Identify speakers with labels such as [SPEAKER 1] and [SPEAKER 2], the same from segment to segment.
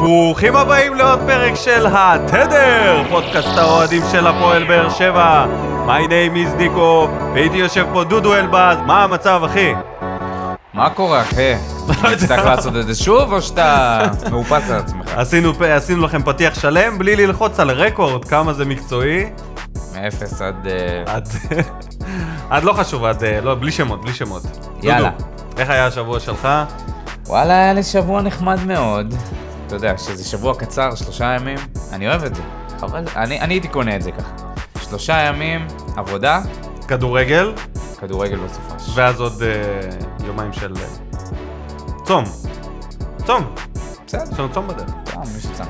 [SPEAKER 1] ברוכים הבאים לעוד פרק של התדר, פודקאסט האוהדים של הפועל באר שבע. My name is ניקו, ואיתי יושב פה דודו אלבז, מה המצב אחי?
[SPEAKER 2] מה קורה, אחי? נצטרך לעשות את זה שוב, או שאתה מאופס על עצמך?
[SPEAKER 1] עשינו, פ- עשינו לכם פתיח שלם בלי ללחוץ על רקורד, כמה זה מקצועי.
[SPEAKER 2] מאפס עד... אה,
[SPEAKER 1] עד, עד לא חשוב, עד, אה, לא, בלי שמות, בלי שמות.
[SPEAKER 2] יאללה.
[SPEAKER 1] דודו, איך היה השבוע שלך?
[SPEAKER 2] וואלה, היה לי שבוע נחמד מאוד. אתה יודע, שזה שבוע קצר, שלושה ימים, אני אוהב את זה. חבל, אני אני הייתי קונה את זה ככה. שלושה ימים, עבודה,
[SPEAKER 1] כדורגל,
[SPEAKER 2] כדורגל בסופש.
[SPEAKER 1] ואז עוד אה, יומיים של אה, צום. צום,
[SPEAKER 2] בסדר,
[SPEAKER 1] יש לנו צום בדרך.
[SPEAKER 2] אה, מי שצם.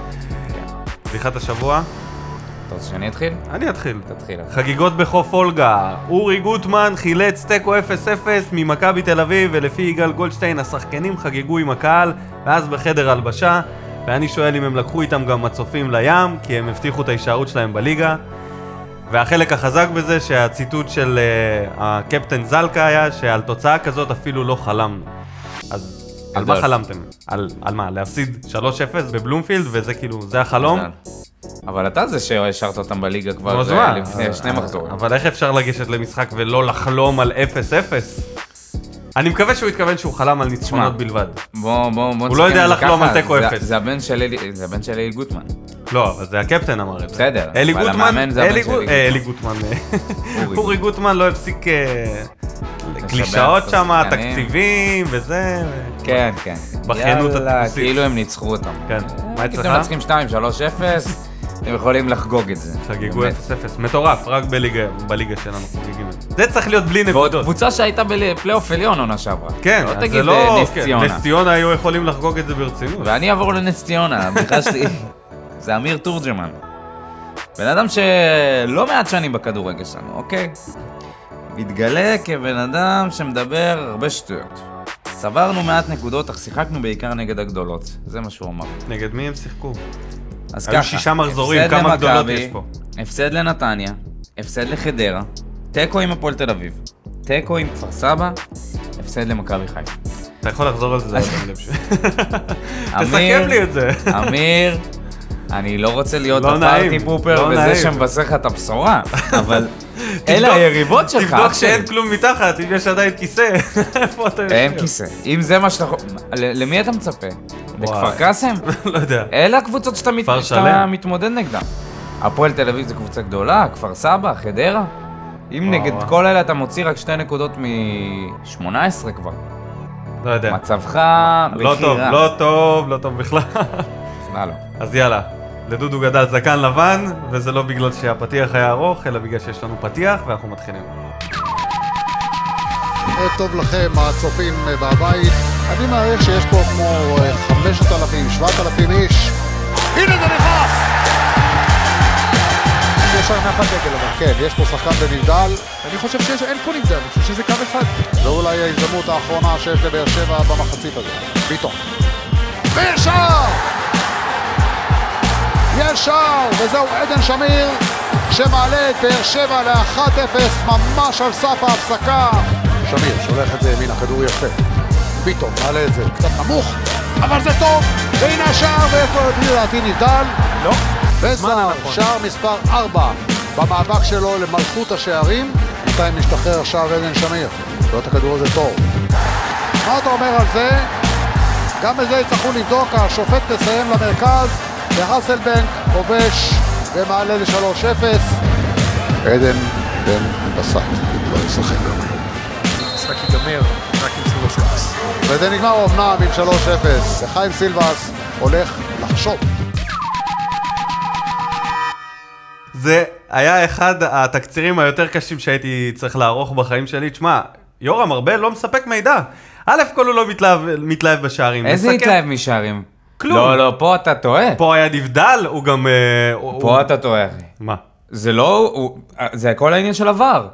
[SPEAKER 2] כן.
[SPEAKER 1] בדיחת השבוע,
[SPEAKER 2] אתה רוצה שאני אתחיל?
[SPEAKER 1] אני אתחיל.
[SPEAKER 2] תתחיל. אתה.
[SPEAKER 1] חגיגות בחוף אולגה, אורי גוטמן חילץ תיקו 0-0 ממכבי תל אביב ולפי יגאל גולדשטיין השחקנים חגגו עם הקהל ואז בחדר הלבשה ואני שואל אם הם לקחו איתם גם מצופים לים כי הם הבטיחו את ההישארות שלהם בליגה והחלק החזק בזה שהציטוט של uh, הקפטן זלקה היה שעל תוצאה כזאת אפילו לא חלמנו אז על מה
[SPEAKER 2] גדול.
[SPEAKER 1] חלמתם? על, על מה? להפסיד 3-0 בבלומפילד וזה כאילו, זה החלום?
[SPEAKER 2] אבל אתה זה שהשארת אותם בליגה כבר
[SPEAKER 1] נו, אז
[SPEAKER 2] זה
[SPEAKER 1] מה?
[SPEAKER 2] אה, לפני
[SPEAKER 1] אז-
[SPEAKER 2] שני
[SPEAKER 1] אז-
[SPEAKER 2] מחזורים.
[SPEAKER 1] אה, אבל איך אפשר לגשת למשחק ולא לחלום על 0-0? אני מקווה שהוא התכוון שהוא חלם על ניצחונות
[SPEAKER 2] תשמע.
[SPEAKER 1] בלבד.
[SPEAKER 2] בוא, בוא, בוא נסכם
[SPEAKER 1] הוא לא יודע
[SPEAKER 2] את זה
[SPEAKER 1] לחלום
[SPEAKER 2] ככה.
[SPEAKER 1] על תיקו
[SPEAKER 2] זה-
[SPEAKER 1] אפס.
[SPEAKER 2] זה הבן של אלי- זה הבן של אלי גוטמן.
[SPEAKER 1] לא, אבל זה הקפטן אמר את זה.
[SPEAKER 2] בסדר,
[SPEAKER 1] אלי
[SPEAKER 2] אבל
[SPEAKER 1] גוטמן,
[SPEAKER 2] המאמן זה הבן
[SPEAKER 1] אלי
[SPEAKER 2] של
[SPEAKER 1] גו-
[SPEAKER 2] אלי
[SPEAKER 1] אה, אלי גוטמן.
[SPEAKER 2] אורי.
[SPEAKER 1] אורי גוטמן לא הפסיק אה, קלישאות
[SPEAKER 2] את
[SPEAKER 1] שם,
[SPEAKER 2] השחקנים.
[SPEAKER 1] תקציבים וזה. אה, ו-
[SPEAKER 2] כן, כן.
[SPEAKER 1] בחנו את
[SPEAKER 2] יאללה,
[SPEAKER 1] הדפוסים.
[SPEAKER 2] כאילו הם ניצחו אותם.
[SPEAKER 1] כן. מה אצלך?
[SPEAKER 2] אתם מנצחים 2, 3, 0, אתם יכולים לחגוג את זה.
[SPEAKER 1] חגגו 0-0,
[SPEAKER 2] באמת.
[SPEAKER 1] מטורף, רק בליגה בליגה שלנו חוגגים את זה. זה צריך להיות בלי
[SPEAKER 2] ועוד
[SPEAKER 1] נקודות.
[SPEAKER 2] קבוצה שהייתה בפלייאוף עליון עונה שעברה.
[SPEAKER 1] כן,
[SPEAKER 2] לא
[SPEAKER 1] אז זה
[SPEAKER 2] תגיד
[SPEAKER 1] לא...
[SPEAKER 2] אה, נס
[SPEAKER 1] כן,
[SPEAKER 2] ציונה.
[SPEAKER 1] נס ציונה היו יכולים לחגוג את זה ברצינות.
[SPEAKER 2] ואני אעבור לנס ציונה, הבדיחה שלי זה אמיר תורג'מן. בן אדם שלא מעט שנים בכדורגל שלנו, אוקיי? מתגלה כבן אדם שמדבר הרבה שטויות. צברנו מעט נקודות, אך שיחקנו בעיקר נגד הגדולות. זה מה שהוא אמר.
[SPEAKER 1] נגד מי הם שיחקו?
[SPEAKER 2] אז
[SPEAKER 1] היו
[SPEAKER 2] ככה,
[SPEAKER 1] שישה מחזורים,
[SPEAKER 2] הפסד
[SPEAKER 1] כמה גדולות
[SPEAKER 2] למכבי,
[SPEAKER 1] יש פה?
[SPEAKER 2] הפסד לנתניה, הפסד לחדרה, תיקו עם הפועל תל אביב, תיקו עם כפר סבא, הפסד למכבי חיפה.
[SPEAKER 1] אתה יכול לחזור על זה, זה היה בלב שלי.
[SPEAKER 2] אמיר,
[SPEAKER 1] תסכם לי את זה.
[SPEAKER 2] אמיר, אני לא רוצה להיות
[SPEAKER 1] לא
[SPEAKER 2] הפארטי
[SPEAKER 1] נעים,
[SPEAKER 2] פופר
[SPEAKER 1] לא נעים.
[SPEAKER 2] וזה שמבשר לך את הבשורה, אבל אלה היריבות שלך.
[SPEAKER 1] תבדוק
[SPEAKER 2] אח שלי.
[SPEAKER 1] שאין כלום מתחת, אם יש עדיין כיסא. איפה אתה יושב?
[SPEAKER 2] אין כיסא. אם זה מה שאתה... ל- למי אתה מצפה? לכפר קאסם?
[SPEAKER 1] לא יודע.
[SPEAKER 2] אלה הקבוצות שאתה מת-
[SPEAKER 1] כפר
[SPEAKER 2] שאתה
[SPEAKER 1] שלם.
[SPEAKER 2] מתמודד נגדן. הפועל תל אביב זו קבוצה גדולה, כפר סבא, חדרה. אם
[SPEAKER 1] וואו,
[SPEAKER 2] נגד
[SPEAKER 1] וואו.
[SPEAKER 2] כל אלה אתה מוציא רק שתי נקודות מ-18 כבר.
[SPEAKER 1] לא יודע.
[SPEAKER 2] מצבך
[SPEAKER 1] לא טוב,
[SPEAKER 2] בכי רע.
[SPEAKER 1] לא טוב, לא טוב בכלל.
[SPEAKER 2] מה לא?
[SPEAKER 1] אז יאללה. לדודו גדל זקן לבן, וזה לא בגלל שהפתיח היה ארוך, אלא בגלל שיש לנו פתיח, ואנחנו מתחילים.
[SPEAKER 3] ערב אה, טוב לכם, הצופים אה, בבית. אני מעריך שיש פה כמו אה, 5,000, 7,000 איש. הנה זה נכנס! יש ענף הדגל, אבל כן, יש פה שחקן בנבדל. אני חושב שיש, אין פה נבדל, אני חושב שזה קו אחד. זו אולי ההזדמנות האחרונה שיש לבאר שבע במחצית הזאת. ביטון. וישר! ישר! וזהו עדן שמיר שמעלה את באר שבע ל-1-0 ממש על סף ההפסקה. שמיר שולח את זה ימינה, כדור יפה. ביטון מעלה את זה קצת נמוך, אבל זה טוב, והנה השער, ואיפה לפי דעתי נבדל? לא. וזר, שער מספר 4 במאבק שלו למלכות השערים, בינתיים משתחרר שער עדן שמיר. לא את הכדור הזה טוב. מה אתה אומר על זה? גם בזה יצטרכו לבדוק, השופט מסיים למרכז, והסלבנק כובש ומעלה ל-3-0. עדן בן בסט, לא ישחק גם היום.
[SPEAKER 4] המשחק ייגמר רק עם סילבס קאס.
[SPEAKER 3] וזה נגמר אומנם עם 3-0, וחיים סילבס הולך לחשוב.
[SPEAKER 1] זה היה אחד התקצירים היותר קשים שהייתי צריך לערוך בחיים שלי. תשמע, יורם ארבל לא מספק מידע. א' כל הוא לא מתלהב, מתלהב בשערים.
[SPEAKER 2] איזה
[SPEAKER 1] מסכם.
[SPEAKER 2] התלהב משערים?
[SPEAKER 1] כלום.
[SPEAKER 2] לא, לא, פה אתה טועה.
[SPEAKER 1] פה היה נבדל, הוא גם... אה, הוא-
[SPEAKER 2] פה
[SPEAKER 1] הוא-
[SPEAKER 2] אתה טועה, אחי.
[SPEAKER 1] מה?
[SPEAKER 2] זה לא, הוא- זה כל העניין של עבר.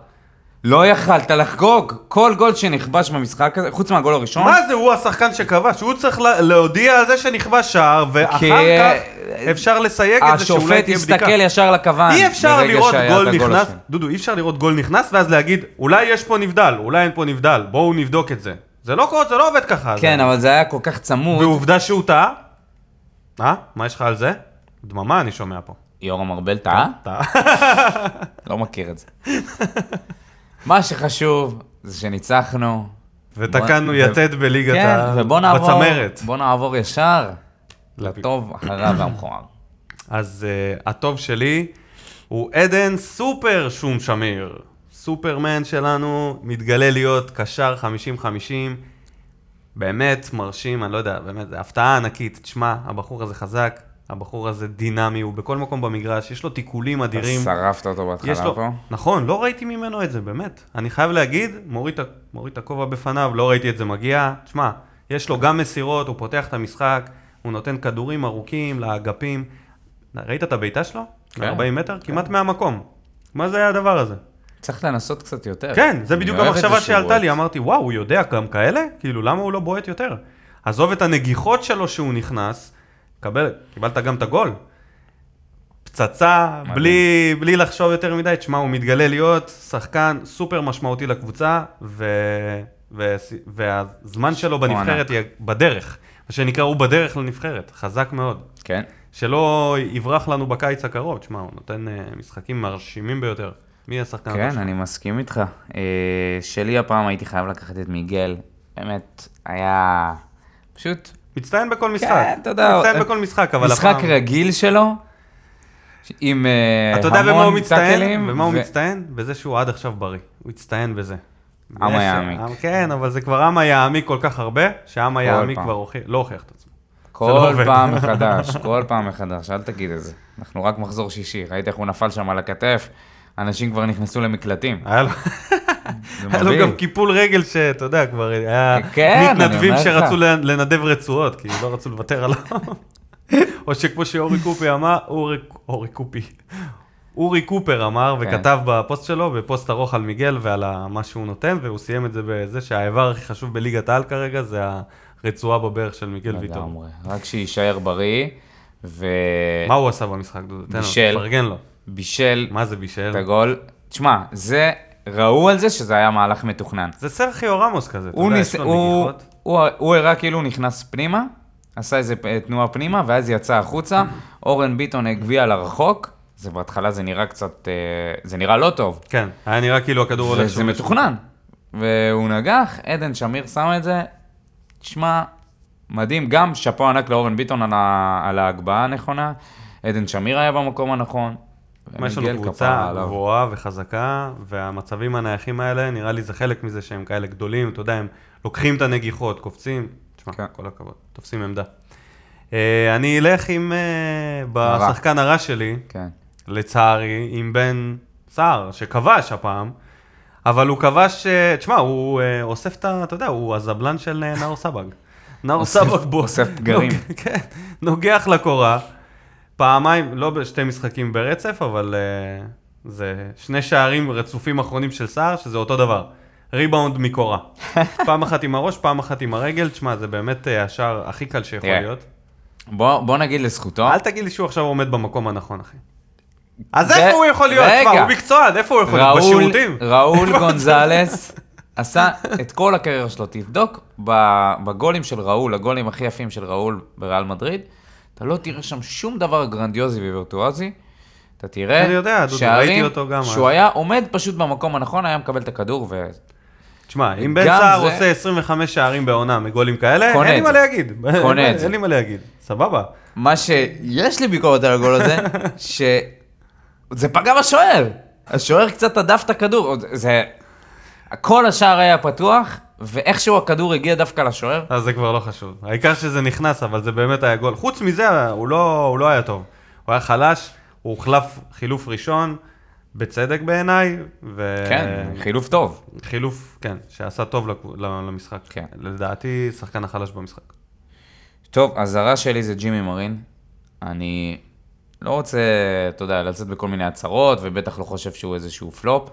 [SPEAKER 2] לא יכלת לחגוג. כל גול שנכבש במשחק הזה, חוץ מהגול הראשון,
[SPEAKER 1] מה זה, הוא השחקן שכבש, הוא צריך לה- להודיע על זה שנכבש שער,
[SPEAKER 2] כי- אה,
[SPEAKER 1] ואחר כך אפשר לסייג את זה שאולי
[SPEAKER 2] השופט
[SPEAKER 1] תהיה בדיקה.
[SPEAKER 2] הסתכל ישר לכוון.
[SPEAKER 1] אי אפשר
[SPEAKER 2] ברגע
[SPEAKER 1] לראות
[SPEAKER 2] שהיה
[SPEAKER 1] גול
[SPEAKER 2] את הגול
[SPEAKER 1] נכנס,
[SPEAKER 2] השני.
[SPEAKER 1] דודו, אי אפשר לראות גול נכנס ואז להגיד, אולי יש פה נבדל, אולי אין פה נבדל, בואו נבדוק את זה. זה לא קורה, זה לא עובד ככה.
[SPEAKER 2] כן,
[SPEAKER 1] זה-
[SPEAKER 2] אבל זה היה כל כך צמוד.
[SPEAKER 1] ועובדה שהוא טעה, אה? מה יש לך על זה? דממה אני שומע פה.
[SPEAKER 2] יורם ארבל טעה?
[SPEAKER 1] אתה...
[SPEAKER 2] לא מכיר את זה. מה שחשוב זה שניצחנו.
[SPEAKER 1] ותקענו
[SPEAKER 2] בוא-
[SPEAKER 1] יתד בליגת
[SPEAKER 2] כן,
[SPEAKER 1] ה...
[SPEAKER 2] ובוא נעבור,
[SPEAKER 1] בצמרת.
[SPEAKER 2] בוא נעבור ישר
[SPEAKER 1] לטוב.
[SPEAKER 2] לטוב, הרע והמכוער.
[SPEAKER 1] אז uh, הטוב שלי הוא עדן סופר שום שמיר. סופרמן שלנו מתגלה להיות קשר 50-50. באמת מרשים, אני לא יודע, באמת, זו הפתעה ענקית. תשמע, הבחור הזה חזק, הבחור הזה דינמי, הוא בכל מקום במגרש, יש לו תיקולים אדירים.
[SPEAKER 2] שרפת אותו
[SPEAKER 1] יש
[SPEAKER 2] בהתחלה
[SPEAKER 1] לו,
[SPEAKER 2] פה.
[SPEAKER 1] נכון, לא ראיתי ממנו את זה, באמת. אני חייב להגיד, מוריד את ה- מוריד את הכובע בפניו, לא ראיתי את זה מגיע. תשמע, יש לו גם מסירות, הוא פותח את המשחק, הוא נותן כדורים ארוכים לאגפים. ראית את הבעיטה שלו?
[SPEAKER 2] כן.
[SPEAKER 1] מ-40 מטר? כמעט מהמקום. מה זה היה הדבר הזה?
[SPEAKER 2] צריך לנסות קצת יותר.
[SPEAKER 1] כן, זה
[SPEAKER 2] אני
[SPEAKER 1] בדיוק
[SPEAKER 2] אוהב את
[SPEAKER 1] המחשבה
[SPEAKER 2] זה שהוא
[SPEAKER 1] שעלתה
[SPEAKER 2] בועט.
[SPEAKER 1] לי, אמרתי, וואו, הוא יודע גם כאלה? כאילו, למה הוא לא בועט יותר? עזוב את הנגיחות שלו שהוא נכנס, קבל, קיבלת גם את הגול. פצצה, בלי, בלי לחשוב יותר מדי, תשמע, הוא מתגלה להיות שחקן סופר משמעותי לקבוצה, ו... ו... והזמן שלו בנבחרת יהיה בדרך. מה שנקרא, הוא בדרך לנבחרת, חזק מאוד.
[SPEAKER 2] כן.
[SPEAKER 1] אה, שלא יברח לנו בקיץ הקרוב, תשמע, הוא נותן אה, משחקים מרשימים ביותר. מי השחקן? הבא
[SPEAKER 2] כן,
[SPEAKER 1] שלך?
[SPEAKER 2] אני מסכים איתך. אה, שלי הפעם הייתי חייב לקחת את מיגל. באמת, היה פשוט...
[SPEAKER 1] מצטיין בכל משחק.
[SPEAKER 2] כן, אתה יודע.
[SPEAKER 1] מצטיין בכל משחק, אבל
[SPEAKER 2] משחק
[SPEAKER 1] הפעם...
[SPEAKER 2] רגיל שלו, ש- עם אה, המון
[SPEAKER 1] אתה יודע במה הוא מצטיין?
[SPEAKER 2] טאקלים,
[SPEAKER 1] במה הוא
[SPEAKER 2] ו-
[SPEAKER 1] מצטיין? בזה שהוא עד עכשיו בריא. הוא הצטיין בזה.
[SPEAKER 2] עם
[SPEAKER 1] יפה.
[SPEAKER 2] היעמיק.
[SPEAKER 1] עם- כן, אבל זה כבר עם היעמיק כל כך הרבה, שעם היעמיק
[SPEAKER 2] פעם.
[SPEAKER 1] כבר הוכיח- לא הוכיח את עצמו. לא
[SPEAKER 2] כל
[SPEAKER 1] עובד.
[SPEAKER 2] פעם מחדש, כל פעם מחדש, אל תגיד את זה. אנחנו רק מחזור שישי, ראית איך הוא נפל שם על הכתף? אנשים כבר נכנסו למקלטים.
[SPEAKER 1] היה לו-
[SPEAKER 2] זה
[SPEAKER 1] היה לו
[SPEAKER 2] מבהיל.
[SPEAKER 1] גם קיפול רגל שאתה יודע, כבר היה
[SPEAKER 2] כן, אני
[SPEAKER 1] מתנדבים
[SPEAKER 2] אומר לך.
[SPEAKER 1] שרצו לנ- לנדב רצועות, כי לא רצו לוותר עליו. או שכמו שאורי קופי אמר, אורי- אורי קופי. אורי קופר אמר
[SPEAKER 2] כן.
[SPEAKER 1] וכתב בפוסט שלו, בפוסט ארוך על מיגל ועל ה- מה שהוא נותן, והוא סיים את זה בזה שהאיבר הכי חשוב בליגת העל כרגע זה הרצועה בברך של מיגל ויטור.
[SPEAKER 2] לגמרי. רק שיישאר בריא,
[SPEAKER 1] מה הוא עשה במשחק, דודו? תן לו,
[SPEAKER 2] בישל.
[SPEAKER 1] תפרגן לו.
[SPEAKER 2] ובישל
[SPEAKER 1] מה זה בישל?
[SPEAKER 2] את הגול. תשמע, זה, ראו על זה שזה היה מהלך מתוכנן.
[SPEAKER 1] זה סרחיו רמוס כזה, אתה
[SPEAKER 2] הוא,
[SPEAKER 1] יודע, יש
[SPEAKER 2] ניס...
[SPEAKER 1] לו
[SPEAKER 2] הוא...
[SPEAKER 1] נגיחות.
[SPEAKER 2] הוא... הוא הראה כאילו הוא נכנס פנימה, עשה איזה פ- תנועה פנימה, ואז יצא החוצה. אורן ביטון הגביע לרחוק. זה בהתחלה זה נראה קצת, אה, זה נראה לא טוב.
[SPEAKER 1] כן, היה נראה כאילו הכדור הולך
[SPEAKER 2] וזה מתוכנן. והוא נגח, עדן שמיר שם את זה. תשמע, מדהים. גם שאפו ענק לאורן ביטון על, ה... על ההגבהה הנכונה. עדן שמיר היה במקום הנכון.
[SPEAKER 1] מה יש
[SPEAKER 2] ומיגל
[SPEAKER 1] לנו
[SPEAKER 2] כפרה
[SPEAKER 1] קבוצה
[SPEAKER 2] עליו.
[SPEAKER 1] גבוהה וחזקה, והמצבים הנייחים האלה, נראה לי זה חלק מזה שהם כאלה גדולים, אתה יודע, הם לוקחים את הנגיחות, קופצים, תשמע,
[SPEAKER 2] כן.
[SPEAKER 1] כל הכבוד, תופסים עמדה. אה, אני אלך עם, אה, בשחקן הרע שלי,
[SPEAKER 2] כן.
[SPEAKER 1] לצערי, עם בן סער, שכבש הפעם, אבל הוא כבש, אה, תשמע, הוא אה, אוסף את ה... אתה יודע, הוא הזבלן של אה, נאור סבג. נאור סבג בו.
[SPEAKER 2] אוסף פגרים.
[SPEAKER 1] נוג- כן, נוגח לקורה, פעמיים, לא בשתי משחקים ברצף, אבל אה, זה שני שערים רצופים אחרונים של סער, שזה אותו דבר. ריבאונד מקורה. פעם אחת עם הראש, פעם אחת עם הרגל, תשמע, זה באמת אה, השער הכי קל שיכול
[SPEAKER 2] תראה.
[SPEAKER 1] להיות.
[SPEAKER 2] בוא, בוא נגיד לזכותו.
[SPEAKER 1] אל תגיד לי שהוא עכשיו עומד במקום הנכון, אחי. אז
[SPEAKER 2] זה-
[SPEAKER 1] איפה הוא יכול להיות?
[SPEAKER 2] רגע.
[SPEAKER 1] תשמע, הוא מקצוען, איפה הוא יכול להיות?
[SPEAKER 2] ראול,
[SPEAKER 1] בשירותים?
[SPEAKER 2] ראול גונזלס עשה את כל הקריירה שלו. תבדוק ב- בגולים של ראול, הגולים הכי יפים של ראול בריאל מדריד, אתה לא תראה שם שום דבר גרנדיוזי ווירטואוזי. אתה תראה
[SPEAKER 1] אני יודע, דודו, ראיתי אותו גם אז.
[SPEAKER 2] שהוא היה עומד פשוט במקום הנכון, היה מקבל את הכדור ו...
[SPEAKER 1] תשמע, אם בן
[SPEAKER 2] גם
[SPEAKER 1] סער
[SPEAKER 2] זה-
[SPEAKER 1] עושה 25 שערים בעונה מגולים כאלה,
[SPEAKER 2] קונה
[SPEAKER 1] אין לי
[SPEAKER 2] את
[SPEAKER 1] מה
[SPEAKER 2] זה.
[SPEAKER 1] להגיד.
[SPEAKER 2] קונה
[SPEAKER 1] אין-
[SPEAKER 2] את זה.
[SPEAKER 1] אין לי מה להגיד, סבבה.
[SPEAKER 2] מה שיש לי ביקורת על הגול הזה, שזה פגע בשוער. השוער קצת הדף את הכדור. עוד- זה... כל השער היה פתוח, ואיכשהו הכדור הגיע דווקא לשוער.
[SPEAKER 1] אז זה כבר לא חשוב. העיקר שזה נכנס, אבל זה באמת היה גול. חוץ מזה, הוא לא, הוא לא היה טוב. הוא היה חלש, הוא הוחלף חילוף ראשון, בצדק בעיניי, ו...
[SPEAKER 2] כן, חילוף טוב.
[SPEAKER 1] חילוף, כן, שעשה טוב לקב- למשחק.
[SPEAKER 2] כן.
[SPEAKER 1] לדעתי, שחקן החלש במשחק.
[SPEAKER 2] טוב, הזרה שלי זה ג'ימי מרין. אני לא רוצה, אתה יודע, לצאת בכל מיני הצהרות, ובטח לא חושב שהוא איזשהו פלופ,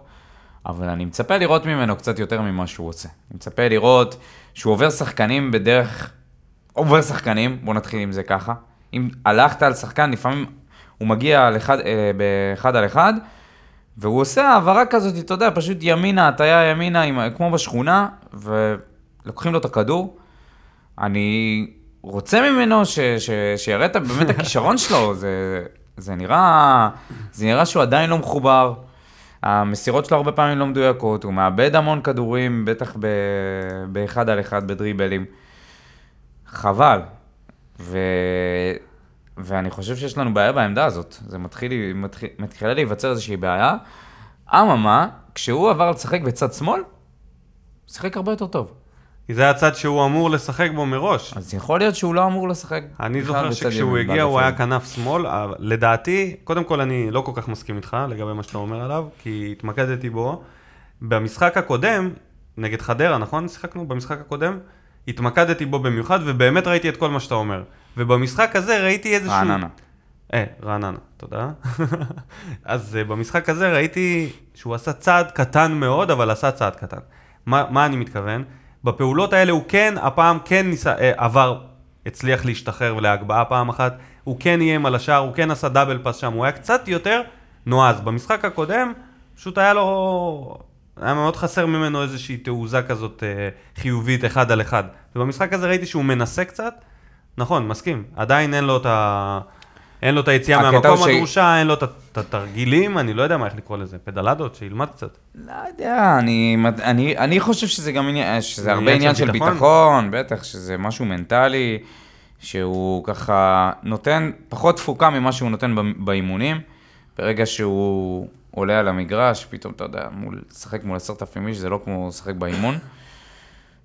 [SPEAKER 2] אבל אני מצפה לראות ממנו קצת יותר ממה שהוא עושה. אני מצפה לראות שהוא עובר שחקנים בדרך... עובר שחקנים, בוא נתחיל עם זה ככה. אם הלכת על שחקן, לפעמים הוא מגיע על אחד, אה, באחד על אחד, והוא עושה העברה כזאת, אתה יודע, פשוט ימינה, הטיה ימינה, עם, כמו בשכונה, ולוקחים לו את הכדור. אני רוצה ממנו ש, ש, שיראה את, באמת הכישרון שלו, זה, זה, נראה, זה נראה שהוא עדיין לא מחובר. המסירות שלו הרבה פעמים לא מדויקות, הוא מאבד המון כדורים, בטח ב, באחד על אחד בדריבלים. חבל. ו... ואני חושב שיש לנו בעיה בעמדה הזאת. זה מתחיל, מתחיל, מתחילה להיווצר איזושהי בעיה. אממה, כשהוא עבר לשחק בצד שמאל, הוא שיחק הרבה יותר טוב.
[SPEAKER 1] כי זה הצד שהוא אמור לשחק בו מראש.
[SPEAKER 2] אז יכול להיות שהוא לא אמור לשחק.
[SPEAKER 1] אני
[SPEAKER 2] בכלל
[SPEAKER 1] זוכר
[SPEAKER 2] בצד
[SPEAKER 1] שכשהוא
[SPEAKER 2] ימין
[SPEAKER 1] הגיע הוא
[SPEAKER 2] באגף
[SPEAKER 1] היה
[SPEAKER 2] הזה.
[SPEAKER 1] כנף שמאל, אבל לדעתי, קודם כל אני לא כל כך מסכים איתך לגבי מה שאתה אומר עליו, כי התמקדתי בו. במשחק הקודם, נגד חדרה, נכון? שיחקנו במשחק הקודם? התמקדתי בו במיוחד, ובאמת ראיתי את כל מה שאתה אומר. ובמשחק הזה ראיתי איזשהו...
[SPEAKER 2] רעננה.
[SPEAKER 1] אה, רעננה, תודה. אז אה, במשחק הזה ראיתי שהוא עשה צעד קטן מאוד, אבל עשה צעד קטן. מה, מה אני מתכוון? בפעולות האלה הוא כן, הפעם כן ניסה, אה, עבר, הצליח להשתחרר להגבהה פעם אחת, הוא כן איים על השער, הוא כן עשה דאבל פאס שם, הוא היה קצת יותר נועז. במשחק הקודם, פשוט היה לו... היה מאוד חסר ממנו איזושהי תעוזה כזאת אה, חיובית אחד על אחד. ובמשחק הזה ראיתי שהוא מנסה קצת, נכון, מסכים, עדיין אין לו את ה... אין לו את היציאה
[SPEAKER 2] הקטע
[SPEAKER 1] מהמקום
[SPEAKER 2] הוא ש-
[SPEAKER 1] הדרושה, אין לו את ה- את התרגילים, אני לא יודע מה איך לקרוא לזה, פדלדות, שילמד קצת.
[SPEAKER 2] לא יודע, אני, אני, אני חושב שזה גם עניין, שזה
[SPEAKER 1] עניין
[SPEAKER 2] הרבה
[SPEAKER 1] של
[SPEAKER 2] עניין של
[SPEAKER 1] ביטחון?
[SPEAKER 2] ביטחון. ביטחון, בטח, שזה משהו מנטלי, שהוא ככה נותן פחות תפוקה ממה שהוא נותן ב- באימונים. ברגע שהוא עולה על המגרש, פתאום, אתה יודע, מול, לשחק מול עשרת אלפים איש, זה לא כמו לשחק באימון.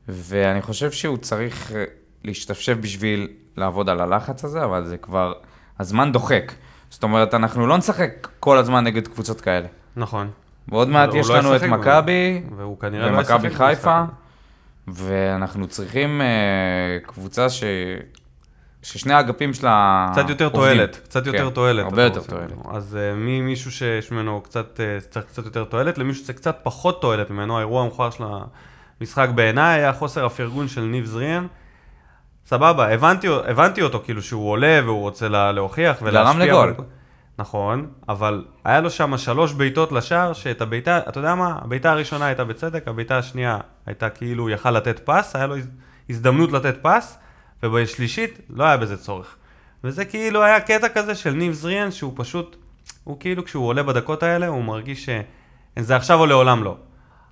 [SPEAKER 2] ואני חושב שהוא צריך אה, להשתפשף בשביל לעבוד על הלחץ הזה, אבל זה כבר, הזמן דוחק. זאת אומרת, אנחנו לא נשחק כל הזמן נגד קבוצות כאלה.
[SPEAKER 1] נכון.
[SPEAKER 2] ועוד מעט
[SPEAKER 1] הוא
[SPEAKER 2] יש
[SPEAKER 1] לא
[SPEAKER 2] לנו את
[SPEAKER 1] ישחק בו.
[SPEAKER 2] מכבי,
[SPEAKER 1] והוא כנראה לא ישחק
[SPEAKER 2] ומכבי
[SPEAKER 1] במשחק
[SPEAKER 2] חיפה,
[SPEAKER 1] הזה.
[SPEAKER 2] ואנחנו צריכים אה, קבוצה ש... ששני האגפים שלה
[SPEAKER 1] קצת יותר
[SPEAKER 2] עובדים.
[SPEAKER 1] תועלת, קצת יותר
[SPEAKER 2] אה, כן,
[SPEAKER 1] תועלת.
[SPEAKER 2] הרבה
[SPEAKER 1] אתה
[SPEAKER 2] יותר
[SPEAKER 1] רוצה.
[SPEAKER 2] תועלת.
[SPEAKER 1] אז אה, ממישהו שיש ממנו קצת, אה, צריך קצת יותר תועלת, למישהו שצריך קצת פחות תועלת ממנו, האירוע המכוער של המשחק בעיניי היה חוסר הפרגון של ניב זריאן. סבבה, הבנתי, הבנתי אותו כאילו שהוא עולה והוא רוצה לה, להוכיח ולהשפיע.
[SPEAKER 2] גרם לגול.
[SPEAKER 1] אבל- נכון, אבל היה לו שם שלוש בעיטות לשער, שאת הבעיטה, אתה יודע מה, הבעיטה הראשונה הייתה בצדק, הבעיטה השנייה הייתה כאילו הוא יכל לתת פס, היה לו הז- הזדמנות לתת פס, ובשלישית לא היה בזה צורך. וזה כאילו היה קטע כזה של ניב זריאן, שהוא פשוט, הוא כאילו כשהוא עולה בדקות האלה, הוא מרגיש שזה עכשיו או לעולם לא.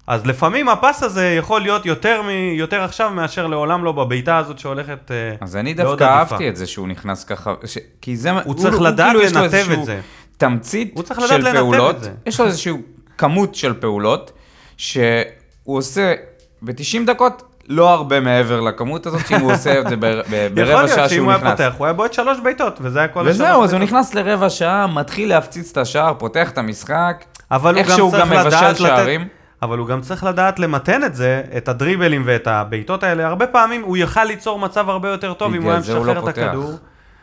[SPEAKER 1] אז לפעמים הפס הזה יכול להיות יותר, מ... יותר עכשיו מאשר לעולם לא בבעיטה הזאת שהולכת... אה,
[SPEAKER 2] אז אני
[SPEAKER 1] לעוד
[SPEAKER 2] דווקא
[SPEAKER 1] עדיפה.
[SPEAKER 2] אהבתי את זה שהוא נכנס ככה, ש... כי זה...
[SPEAKER 1] צריך לדעת
[SPEAKER 2] כאילו יש לו
[SPEAKER 1] לנתב את
[SPEAKER 2] איזשהו
[SPEAKER 1] זה.
[SPEAKER 2] תמצית
[SPEAKER 1] הוא צריך לדעת
[SPEAKER 2] של
[SPEAKER 1] לנתב את
[SPEAKER 2] פעולות,
[SPEAKER 1] זה.
[SPEAKER 2] יש לו איזושהי כמות של פעולות, שהוא עושה ב-90 דקות, לא הרבה מעבר לכמות הזאת, שאם הוא עושה את זה ב- ב-
[SPEAKER 1] יכול
[SPEAKER 2] ברבע שעה
[SPEAKER 1] להיות שאם
[SPEAKER 2] שהוא
[SPEAKER 1] הוא היה
[SPEAKER 2] נכנס.
[SPEAKER 1] פותח, הוא היה בועט שלוש בעיטות, וזה היה כל השלוש
[SPEAKER 2] וזהו, אז הוא
[SPEAKER 1] בעיטות.
[SPEAKER 2] נכנס לרבע שעה, מתחיל להפציץ את השער, פותח את המשחק.
[SPEAKER 1] אבל הוא גם
[SPEAKER 2] איכשהו
[SPEAKER 1] צריך
[SPEAKER 2] גם מבשל
[SPEAKER 1] לדעת לתת...
[SPEAKER 2] שערים.
[SPEAKER 1] אבל הוא גם צריך לדעת למתן את זה, את הדריבלים ואת הבעיטות האלה. הרבה פעמים הוא יכל ליצור מצב הרבה יותר טוב אם הוא היה
[SPEAKER 2] בגלל זה הוא לא
[SPEAKER 1] משחרר את
[SPEAKER 2] פותח.
[SPEAKER 1] הכדור.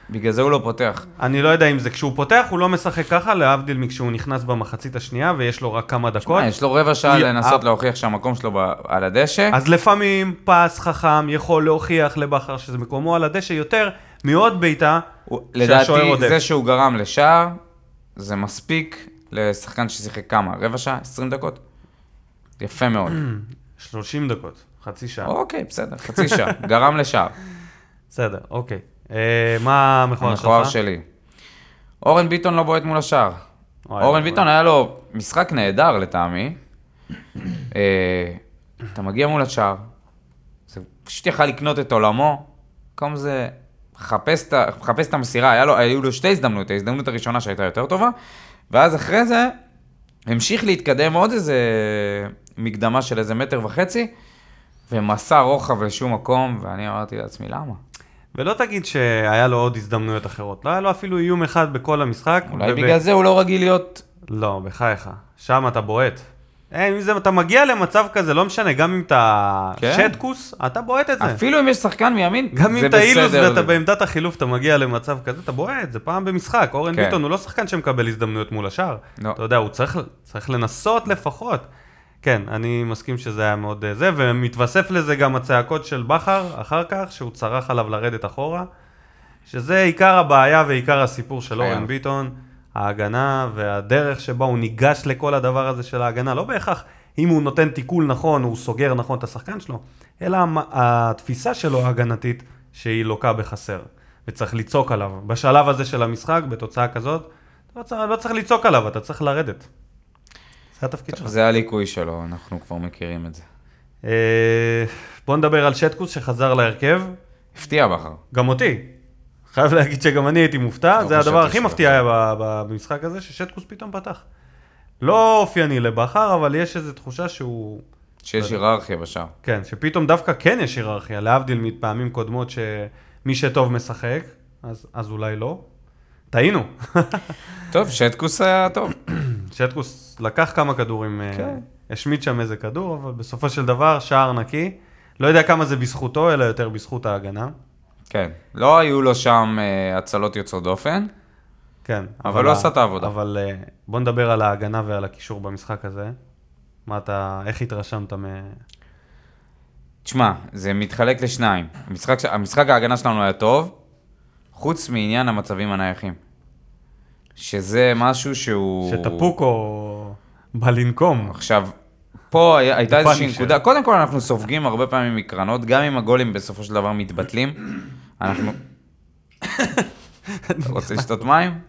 [SPEAKER 2] בגלל זה הוא לא פותח.
[SPEAKER 1] אני לא יודע אם זה כשהוא פותח, הוא לא משחק ככה, להבדיל מכשהוא נכנס במחצית השנייה ויש לו רק כמה דקות.
[SPEAKER 2] מה, אה, יש לו רבע שעה
[SPEAKER 1] הוא-
[SPEAKER 2] לנסות
[SPEAKER 1] אה.
[SPEAKER 2] להוכיח שהמקום שלו ב- על הדשא.
[SPEAKER 1] אז לפעמים פס חכם יכול להוכיח לבכר שזה מקומו על הדשא יותר מעוד בעיטה
[SPEAKER 2] הוא-
[SPEAKER 1] שהשוער
[SPEAKER 2] לדעתי,
[SPEAKER 1] עודף.
[SPEAKER 2] זה שהוא גרם לשער, זה מספיק לשחקן ששיחק כמה? רבע שעה? 20 דקות? יפה מאוד.
[SPEAKER 1] 30 דקות, חצי שעה.
[SPEAKER 2] אוקיי, בסדר, חצי שעה. גרם לשער.
[SPEAKER 1] בסדר, אוקיי. אה, מה המכוער שלך?
[SPEAKER 2] המכוער נכון שלי. אורן ביטון לא בועט מול השער.
[SPEAKER 1] וואי,
[SPEAKER 2] אורן
[SPEAKER 1] וואי.
[SPEAKER 2] ביטון היה לו משחק נהדר לטעמי. אה, אתה מגיע מול השער, זה פשוט יכל לקנות את עולמו, במקום זה חפש את ה- חפש את המסירה, היה לו- היו לו שתי הזדמנויות, ההזדמנות הראשונה שהייתה יותר טובה, ואז אחרי זה המשיך להתקדם עוד איזה מקדמה של איזה מטר וחצי, ומסע רוחב לשום מקום, ואני אמרתי לעצמי, למה?
[SPEAKER 1] ולא תגיד שהיה לו עוד הזדמנויות אחרות. לא היה לו אפילו איום אחד בכל המשחק.
[SPEAKER 2] אולי בגלל זה הוא לא רגיל להיות
[SPEAKER 1] לא, בחייך. שם אתה בועט. אין, אם זה, אתה מגיע למצב כזה, לא משנה, גם אם אתה
[SPEAKER 2] כן.
[SPEAKER 1] שטקוס, אתה בועט את זה.
[SPEAKER 2] אפילו אם יש שחקן מימין,
[SPEAKER 1] גם
[SPEAKER 2] זה
[SPEAKER 1] אם אתה אילוס
[SPEAKER 2] בסדר.
[SPEAKER 1] ואתה בעמדת החילוף, אתה מגיע למצב כזה, אתה בועט, זה פעם במשחק. אורן
[SPEAKER 2] כן.
[SPEAKER 1] ביטון הוא לא שחקן שמקבל הזדמנויות מול השאר.
[SPEAKER 2] לא.
[SPEAKER 1] אתה יודע, הוא צריך, צריך לנסות לפחות. כן, אני מסכים שזה היה מאוד אה, זה, ומתווסף לזה גם הצעקות של בכר אחר כך, שהוא צרח עליו לרדת אחורה, שזה עיקר הבעיה ועיקר הסיפור של
[SPEAKER 2] חייב.
[SPEAKER 1] אורן ביטון, ההגנה והדרך שבה הוא ניגש לכל הדבר הזה של ההגנה, לא בהכרח אם הוא נותן תיקול נכון, הוא סוגר נכון את השחקן שלו, אלא המ- התפיסה שלו ההגנתית שהיא לוקה בחסר, וצריך לצעוק עליו. בשלב הזה של המשחק, בתוצאה כזאת, אתה לא צריך, לא צריך לצעוק עליו, אתה צריך לרדת. זה התפקיד שלך.
[SPEAKER 2] זה הליקוי שלו, אנחנו כבר מכירים את זה.
[SPEAKER 1] אה, בוא נדבר על שטקוס שחזר להרכב,
[SPEAKER 2] הפתיע בכר.
[SPEAKER 1] גם אותי. חייב להגיד שגם אני הייתי מופתע,
[SPEAKER 2] לא
[SPEAKER 1] זה הדבר
[SPEAKER 2] חשבתי
[SPEAKER 1] הכי
[SPEAKER 2] שזה
[SPEAKER 1] מפתיע היה ב- ב- במשחק הזה, ששטקוס פתאום פתח. לא אופייני לבכר, אבל יש איזו תחושה שהוא...
[SPEAKER 2] שיש היררכיה בשער.
[SPEAKER 1] כן, שפתאום דווקא כן יש היררכיה, להבדיל מפעמים קודמות שמי שטוב משחק, אז, אז אולי לא. טעינו.
[SPEAKER 2] טוב, שטקוס היה טוב.
[SPEAKER 1] שטקוס לקח כמה כדורים, אה,
[SPEAKER 2] כן.
[SPEAKER 1] השמיט שם איזה כדור, אבל בסופו של דבר שער נקי. לא יודע כמה זה בזכותו, אלא יותר בזכות ההגנה.
[SPEAKER 2] כן. לא היו לו שם אה, הצלות יוצאות דופן.
[SPEAKER 1] כן.
[SPEAKER 2] אבל לא
[SPEAKER 1] ה-
[SPEAKER 2] עשה את העבודה.
[SPEAKER 1] אבל אה, בוא נדבר על ההגנה ועל הקישור במשחק הזה. מה אתה, איך התרשמת מ...
[SPEAKER 2] תשמע, זה מתחלק לשניים. המשחק, ש- המשחק ההגנה שלנו היה טוב, חוץ מעניין המצבים הנייחים. שזה משהו שהוא...
[SPEAKER 1] שטפוקו בא לנקום.
[SPEAKER 2] עכשיו, פה היה, הייתה
[SPEAKER 1] הפאנל
[SPEAKER 2] איזושהי
[SPEAKER 1] שלו.
[SPEAKER 2] נקודה, קודם כל אנחנו סופגים הרבה פעמים מקרנות, גם אם הגולים בסופו של דבר מתבטלים, אנחנו... אתה רוצה לשתות מים?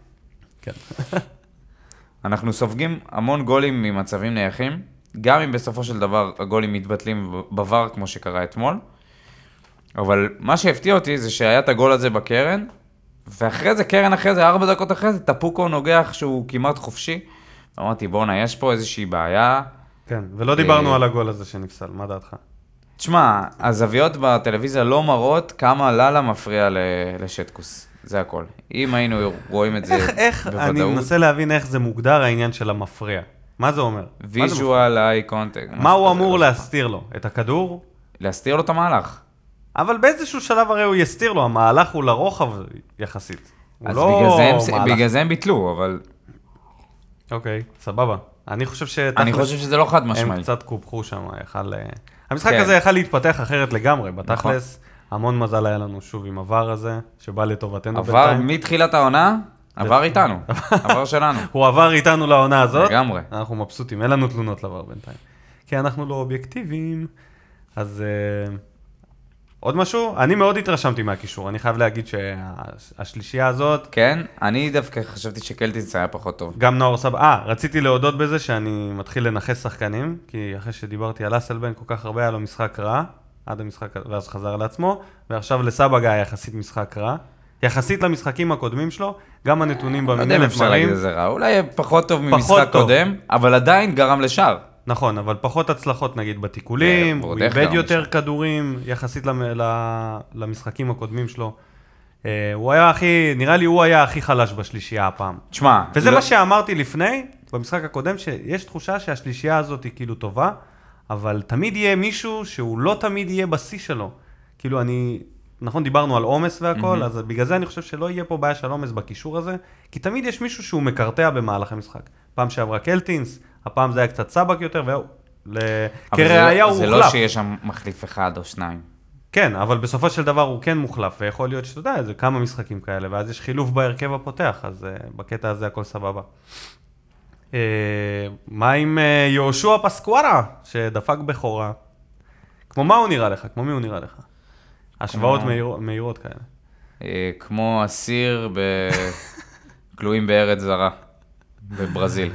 [SPEAKER 1] כן.
[SPEAKER 2] אנחנו סופגים המון גולים ממצבים נייחים, גם אם בסופו של דבר הגולים מתבטלים בVAR כמו שקרה אתמול. אבל מה שהפתיע אותי זה שהיה את הגול הזה בקרן, ואחרי זה, קרן אחרי זה, ארבע דקות אחרי זה, טפוקו נוגח שהוא כמעט חופשי. אמרתי, בואנה, יש פה איזושהי בעיה.
[SPEAKER 1] כן, ולא דיברנו
[SPEAKER 2] אה,
[SPEAKER 1] על הגול הזה שנפסל, מה דעתך?
[SPEAKER 2] תשמע, הזוויות בטלוויזיה לא מראות כמה לאלה מפריע ל- לשטקוס, זה הכל. אם היינו רואים את זה
[SPEAKER 1] איך, איך, אני
[SPEAKER 2] בוודאות,
[SPEAKER 1] מנסה להבין איך זה מוגדר העניין של המפריע. מה זה אומר? מה זה מפריע?
[SPEAKER 2] ויז'ואל איי קונטקט.
[SPEAKER 1] מה הוא אמור להסתיר לו? את הכדור?
[SPEAKER 2] להסתיר לו את המהלך.
[SPEAKER 1] אבל באיזשהו שלב הרי הוא יסתיר לו, המהלך הוא לרוחב יחסית. הוא
[SPEAKER 2] אז
[SPEAKER 1] לא
[SPEAKER 2] בגלל זה הם-
[SPEAKER 1] מהלך.
[SPEAKER 2] בגלל זה הם ביטלו, אבל
[SPEAKER 1] אוקיי, סבבה. אני חושב ש...
[SPEAKER 2] אני חושב שזה לא חד משמעי.
[SPEAKER 1] הם קצת קופחו שם, יכל... אה, המשחק
[SPEAKER 2] כן. נכון.
[SPEAKER 1] הזה יכל להתפתח אחרת לגמרי, בתכלס. המון מזל היה לנו שוב עם עבר הזה, שבא לטובתנו
[SPEAKER 2] עבר
[SPEAKER 1] בינתיים.
[SPEAKER 2] מתחילת העונה, עבר איתנו, עבר שלנו.
[SPEAKER 1] הוא עבר איתנו לעונה הזאת.
[SPEAKER 2] לגמרי.
[SPEAKER 1] אנחנו מבסוטים, אין לנו תלונות לעבר בינתיים. כי אנחנו לא אובייקטיביים. אז uh, עוד משהו? אני מאוד התרשמתי מהקישור, אני חייב להגיד שהשלישייה הזאת,
[SPEAKER 2] כן, אני דווקא חשבתי שקלטינס היה פחות טוב.
[SPEAKER 1] גם נאור סבא, אה, רציתי להודות בזה שאני מתחיל לנכס שחקנים, כי אחרי שדיברתי על אסלבן כל כך הרבה, היה לו משחק רע, עד המשחק, ואז חזר לעצמו, ועכשיו לסבג היה יחסית משחק רע. יחסית למשחקים הקודמים שלו, גם הנתונים
[SPEAKER 2] לא יודע אם
[SPEAKER 1] במינהלת
[SPEAKER 2] אפשר להגיד
[SPEAKER 1] מראים,
[SPEAKER 2] את זה רע, אולי פחות טוב
[SPEAKER 1] פחות
[SPEAKER 2] ממשחק
[SPEAKER 1] טוב.
[SPEAKER 2] קודם, אבל עדיין גרם לשער.
[SPEAKER 1] נכון, אבל פחות הצלחות נגיד בתיקולים,
[SPEAKER 2] כן,
[SPEAKER 1] הוא
[SPEAKER 2] ועוד איך
[SPEAKER 1] איבד
[SPEAKER 2] גם
[SPEAKER 1] יותר כדורים יחסית למ- ל- למשחקים הקודמים שלו. אה, הוא היה הכי, נראה לי הוא היה הכי חלש בשלישייה הפעם.
[SPEAKER 2] תשמע,
[SPEAKER 1] וזה
[SPEAKER 2] לא-
[SPEAKER 1] מה שאמרתי לפני, במשחק הקודם, שיש תחושה שהשלישייה הזאת היא כאילו טובה, אבל תמיד יהיה מישהו שהוא לא תמיד יהיה בשיא שלו. כאילו אני, נכון, דיברנו על עומס והכל, אז בגלל זה אני חושב שלא יהיה פה בעיה של עומס בקישור הזה, כי תמיד יש מישהו שהוא מקרטע במהלך המשחק. פעם שעברה קלטינס, הפעם זה היה קצת סבק יותר, והוא... ל...
[SPEAKER 2] אבל זה-
[SPEAKER 1] כראיה הוא
[SPEAKER 2] זה
[SPEAKER 1] הוחלף.
[SPEAKER 2] לא שיש שם מחליף אחד או שניים.
[SPEAKER 1] כן, אבל בסופו של דבר הוא כן מוחלף, ויכול להיות שאתה יודע, זה כמה משחקים כאלה, ואז יש חילוף בהרכב הפותח, אז uh, בקטע הזה הכל סבבה. Uh, מה עם uh, יהושע פסקוארה, שדפק בכורה? כמו מה הוא נראה לך? כמו מי הוא נראה לך? השוואות
[SPEAKER 2] כמו-
[SPEAKER 1] מהיר, מהירות כאלה.
[SPEAKER 2] אה, כמו אסיר ב... כלואים בארץ זרה, בברזיל.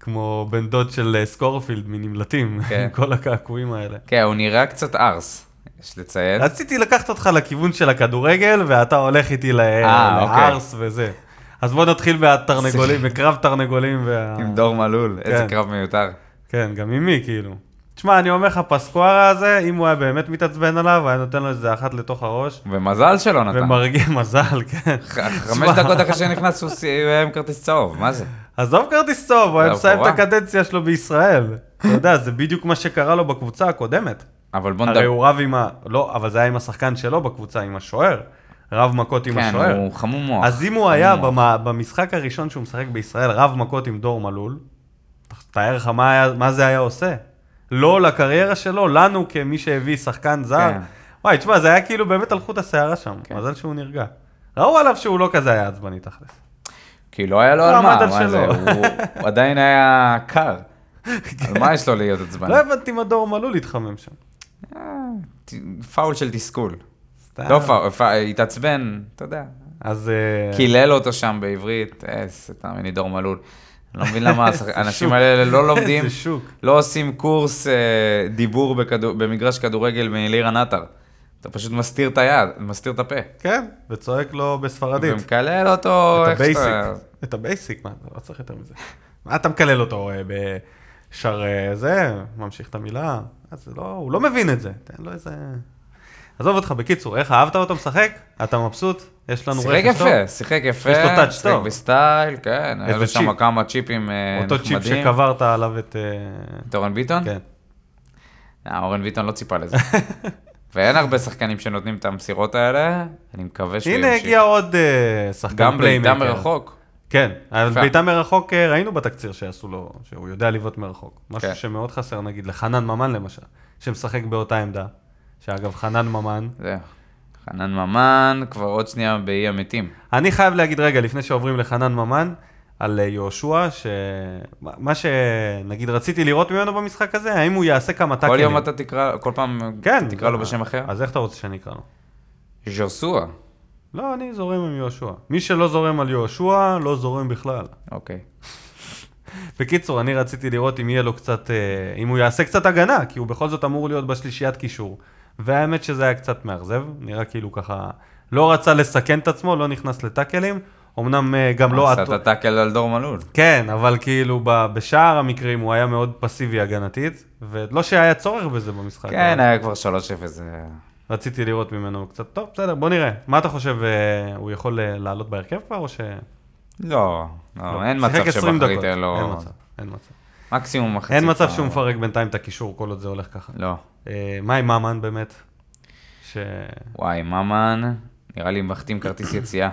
[SPEAKER 1] כמו בן דוד של אה, סקורפילד מנמלטים,
[SPEAKER 2] כן.
[SPEAKER 1] עם כל הקעקועים האלה.
[SPEAKER 2] כן, הוא נראה קצת ארס, יש לציין.
[SPEAKER 1] רציתי לקחת אותך לכיוון של הכדורגל, ואתה הולך איתי ל-
[SPEAKER 2] אה, אוקיי.
[SPEAKER 1] לארס וזה. אז בוא נתחיל בתרנגולים, בקרב תרנגולים. וה-
[SPEAKER 2] עם דור מלול, איזה
[SPEAKER 1] כן.
[SPEAKER 2] קרב מיותר.
[SPEAKER 1] כן, גם עם מי, כאילו. תשמע, אני אומר לך, פסקוארה הזה, אם הוא היה באמת מתעצבן עליו, היה נותן לו איזה אחת לתוך הראש,
[SPEAKER 2] ומזל שלא נתן.
[SPEAKER 1] ומרגיע מזל, כן.
[SPEAKER 2] חמש דקות אחרי שנכנס הוא ס- הוא היה עם כרטיס צהוב, מה זה?
[SPEAKER 1] עזוב כרטיס צהוב, הוא היה
[SPEAKER 2] זה
[SPEAKER 1] מסיים את
[SPEAKER 2] הבכורה.
[SPEAKER 1] הקדנציה שלו בישראל. אתה יודע, זה בדיוק מה שקרה לו בקבוצה הקודמת.
[SPEAKER 2] אבל בוא
[SPEAKER 1] הרי
[SPEAKER 2] נדבר.
[SPEAKER 1] הוא רב עם ה... לא, אבל זה היה עם השחקן שלו בקבוצה, עם השוער. רב מכות עם
[SPEAKER 2] כן,
[SPEAKER 1] השוער.
[SPEAKER 2] הוא חמום מוח.
[SPEAKER 1] אז אם הוא היה
[SPEAKER 2] חמום מוח.
[SPEAKER 1] במה- במשחק הראשון שהוא משחק בישראל רב מכות עם דור מלול, תאר לך מה, היה, מה זה היה עושה. לא לקריירה שלו, לנו כמי שהביא שחקן זר.
[SPEAKER 2] כן.
[SPEAKER 1] וואי, תשמע, זה היה כאילו באמת על חוט השערה שם.
[SPEAKER 2] כן.
[SPEAKER 1] מזל שהוא נרגע. ראו עליו שהוא לא כזה היה עצבני תכלס.
[SPEAKER 2] כי לא היה לו
[SPEAKER 1] הוא
[SPEAKER 2] על מה,
[SPEAKER 1] עמד על
[SPEAKER 2] מה זה?
[SPEAKER 1] שלו. כן.
[SPEAKER 2] הוא הוא עדיין היה קר. על מה יש לו להיות אה, עצבני?
[SPEAKER 1] לא הבנתי מה דור מלול התחמם שם.
[SPEAKER 2] ת- פאול של תסכול.
[SPEAKER 1] אתה-
[SPEAKER 2] לא, פ- פ- התעצבן, אתה יודע.
[SPEAKER 1] אז... אה,
[SPEAKER 2] קילל אותו שם בעברית, אה, איזה תאמיני דור מלול. אני לא מבין למה השח- האנשים האלה לא לומדים,
[SPEAKER 1] איזה שוק.
[SPEAKER 2] לא עושים קורס אה, דיבור בכדור- במגרש כדורגל מלירה נטר. אתה פשוט מסתיר את היד, מסתיר את הפה.
[SPEAKER 1] כן, וצועק לו בספרדית.
[SPEAKER 2] ומקלל אותו,
[SPEAKER 1] את
[SPEAKER 2] איך
[SPEAKER 1] הבייסיק.
[SPEAKER 2] שאתה...
[SPEAKER 1] את הבייסיק, מה, אתה לא צריך יותר מזה. מה אתה מקלל אותו אה, בשאר אה, זה, ממשיך את המילה? אז זה לא, הוא לא מבין את זה, תן לו איזה... עזוב אותך, בקיצור, איך אהבת אותו משחק? אתה מבסוט? יש לנו
[SPEAKER 2] שיחק
[SPEAKER 1] רכש טוב?
[SPEAKER 2] יפה, שיחק יפה,
[SPEAKER 1] יש לו טאץ'
[SPEAKER 2] שיחק
[SPEAKER 1] טוב.
[SPEAKER 2] בסטייל, כן, היה
[SPEAKER 1] איזה
[SPEAKER 2] לו שם
[SPEAKER 1] צ'יפ.
[SPEAKER 2] כמה צ'יפים אה,
[SPEAKER 1] אותו צ'יפ
[SPEAKER 2] נחמדים.
[SPEAKER 1] שקברת עליו את... אה,
[SPEAKER 2] את אורן ביטון?
[SPEAKER 1] כן.
[SPEAKER 2] אה, אורן ביטון לא ציפה לזה. ואין הרבה שחקנים שנותנים את המסירות האלה, אני מקווה שהוא
[SPEAKER 1] הנה הגיע עוד אה, שחקן
[SPEAKER 2] גם בעיטה
[SPEAKER 1] פליימייקר.
[SPEAKER 2] מרחוק.
[SPEAKER 1] כן, אבל
[SPEAKER 2] יפה.
[SPEAKER 1] בעיטה מרחוק אה, ראינו בתקציר שעשו לו, שהוא יודע לבעוט מרחוק. משהו
[SPEAKER 2] כן.
[SPEAKER 1] שמאוד חסר, נגיד, לחנן ממן למשל, שמשחק באותה עמדה. שאגב, חנן ממן,
[SPEAKER 2] זהו. חנן ממן, כבר עוד שנייה באי המתים.
[SPEAKER 1] אני חייב להגיד רגע, לפני שעוברים לחנן ממן, על אה, יהושע, שמה שנגיד רציתי לראות ממנו במשחק הזה, האם הוא יעשה כמה טאקלים.
[SPEAKER 2] כל יום אתה תקרא, כל פעם
[SPEAKER 1] כאילו- כן.
[SPEAKER 2] תקרא לו בשם אחר?
[SPEAKER 1] אז איך אתה רוצה שאני אקרא לו?
[SPEAKER 2] ז'וסוע.
[SPEAKER 1] לא, אני זורם עם יהושע. מי שלא זורם על יהושע, לא זורם בכלל.
[SPEAKER 2] אוקיי.
[SPEAKER 1] בקיצור, אני רציתי לראות אם יהיה לו קצת, אה, אם הוא יעשה קצת הגנה, כי הוא בכל זאת אמור להיות בשלישיית קישור. והאמת שזה היה קצת מאכזב, נראה כאילו ככה, לא רצה לסכן את עצמו, לא נכנס לטאקלים. אמנם אה, גם לא...
[SPEAKER 2] עשה
[SPEAKER 1] עט-
[SPEAKER 2] את הטאקל על דור מלול.
[SPEAKER 1] כן, אבל כאילו ב- בשאר המקרים הוא היה מאוד פסיבי הגנתית, ולא שהיה צורך בזה במשחק.
[SPEAKER 2] כן,
[SPEAKER 1] אבל
[SPEAKER 2] היה כבר 3-0. זה-
[SPEAKER 1] רציתי לראות ממנו קצת, טוב, בסדר, בוא נראה. מה אתה חושב, אה, הוא יכול אה, לעלות בהרכב כבר, או ש...
[SPEAKER 2] לא, לא, אין
[SPEAKER 1] שיחק
[SPEAKER 2] מצב
[SPEAKER 1] 20
[SPEAKER 2] שבחריט
[SPEAKER 1] דקות.
[SPEAKER 2] אין לו...
[SPEAKER 1] אין מצב, אין מצב.
[SPEAKER 2] מקסימום מחצית.
[SPEAKER 1] אין מצב
[SPEAKER 2] כבר.
[SPEAKER 1] שהוא מפרק בינתיים את הקישור, כל עוד זה הולך ככה.
[SPEAKER 2] לא.
[SPEAKER 1] אה, מה עם ממן באמת? ש...
[SPEAKER 2] וואי, ממן, נראה לי מחתים כרטיס יציאה.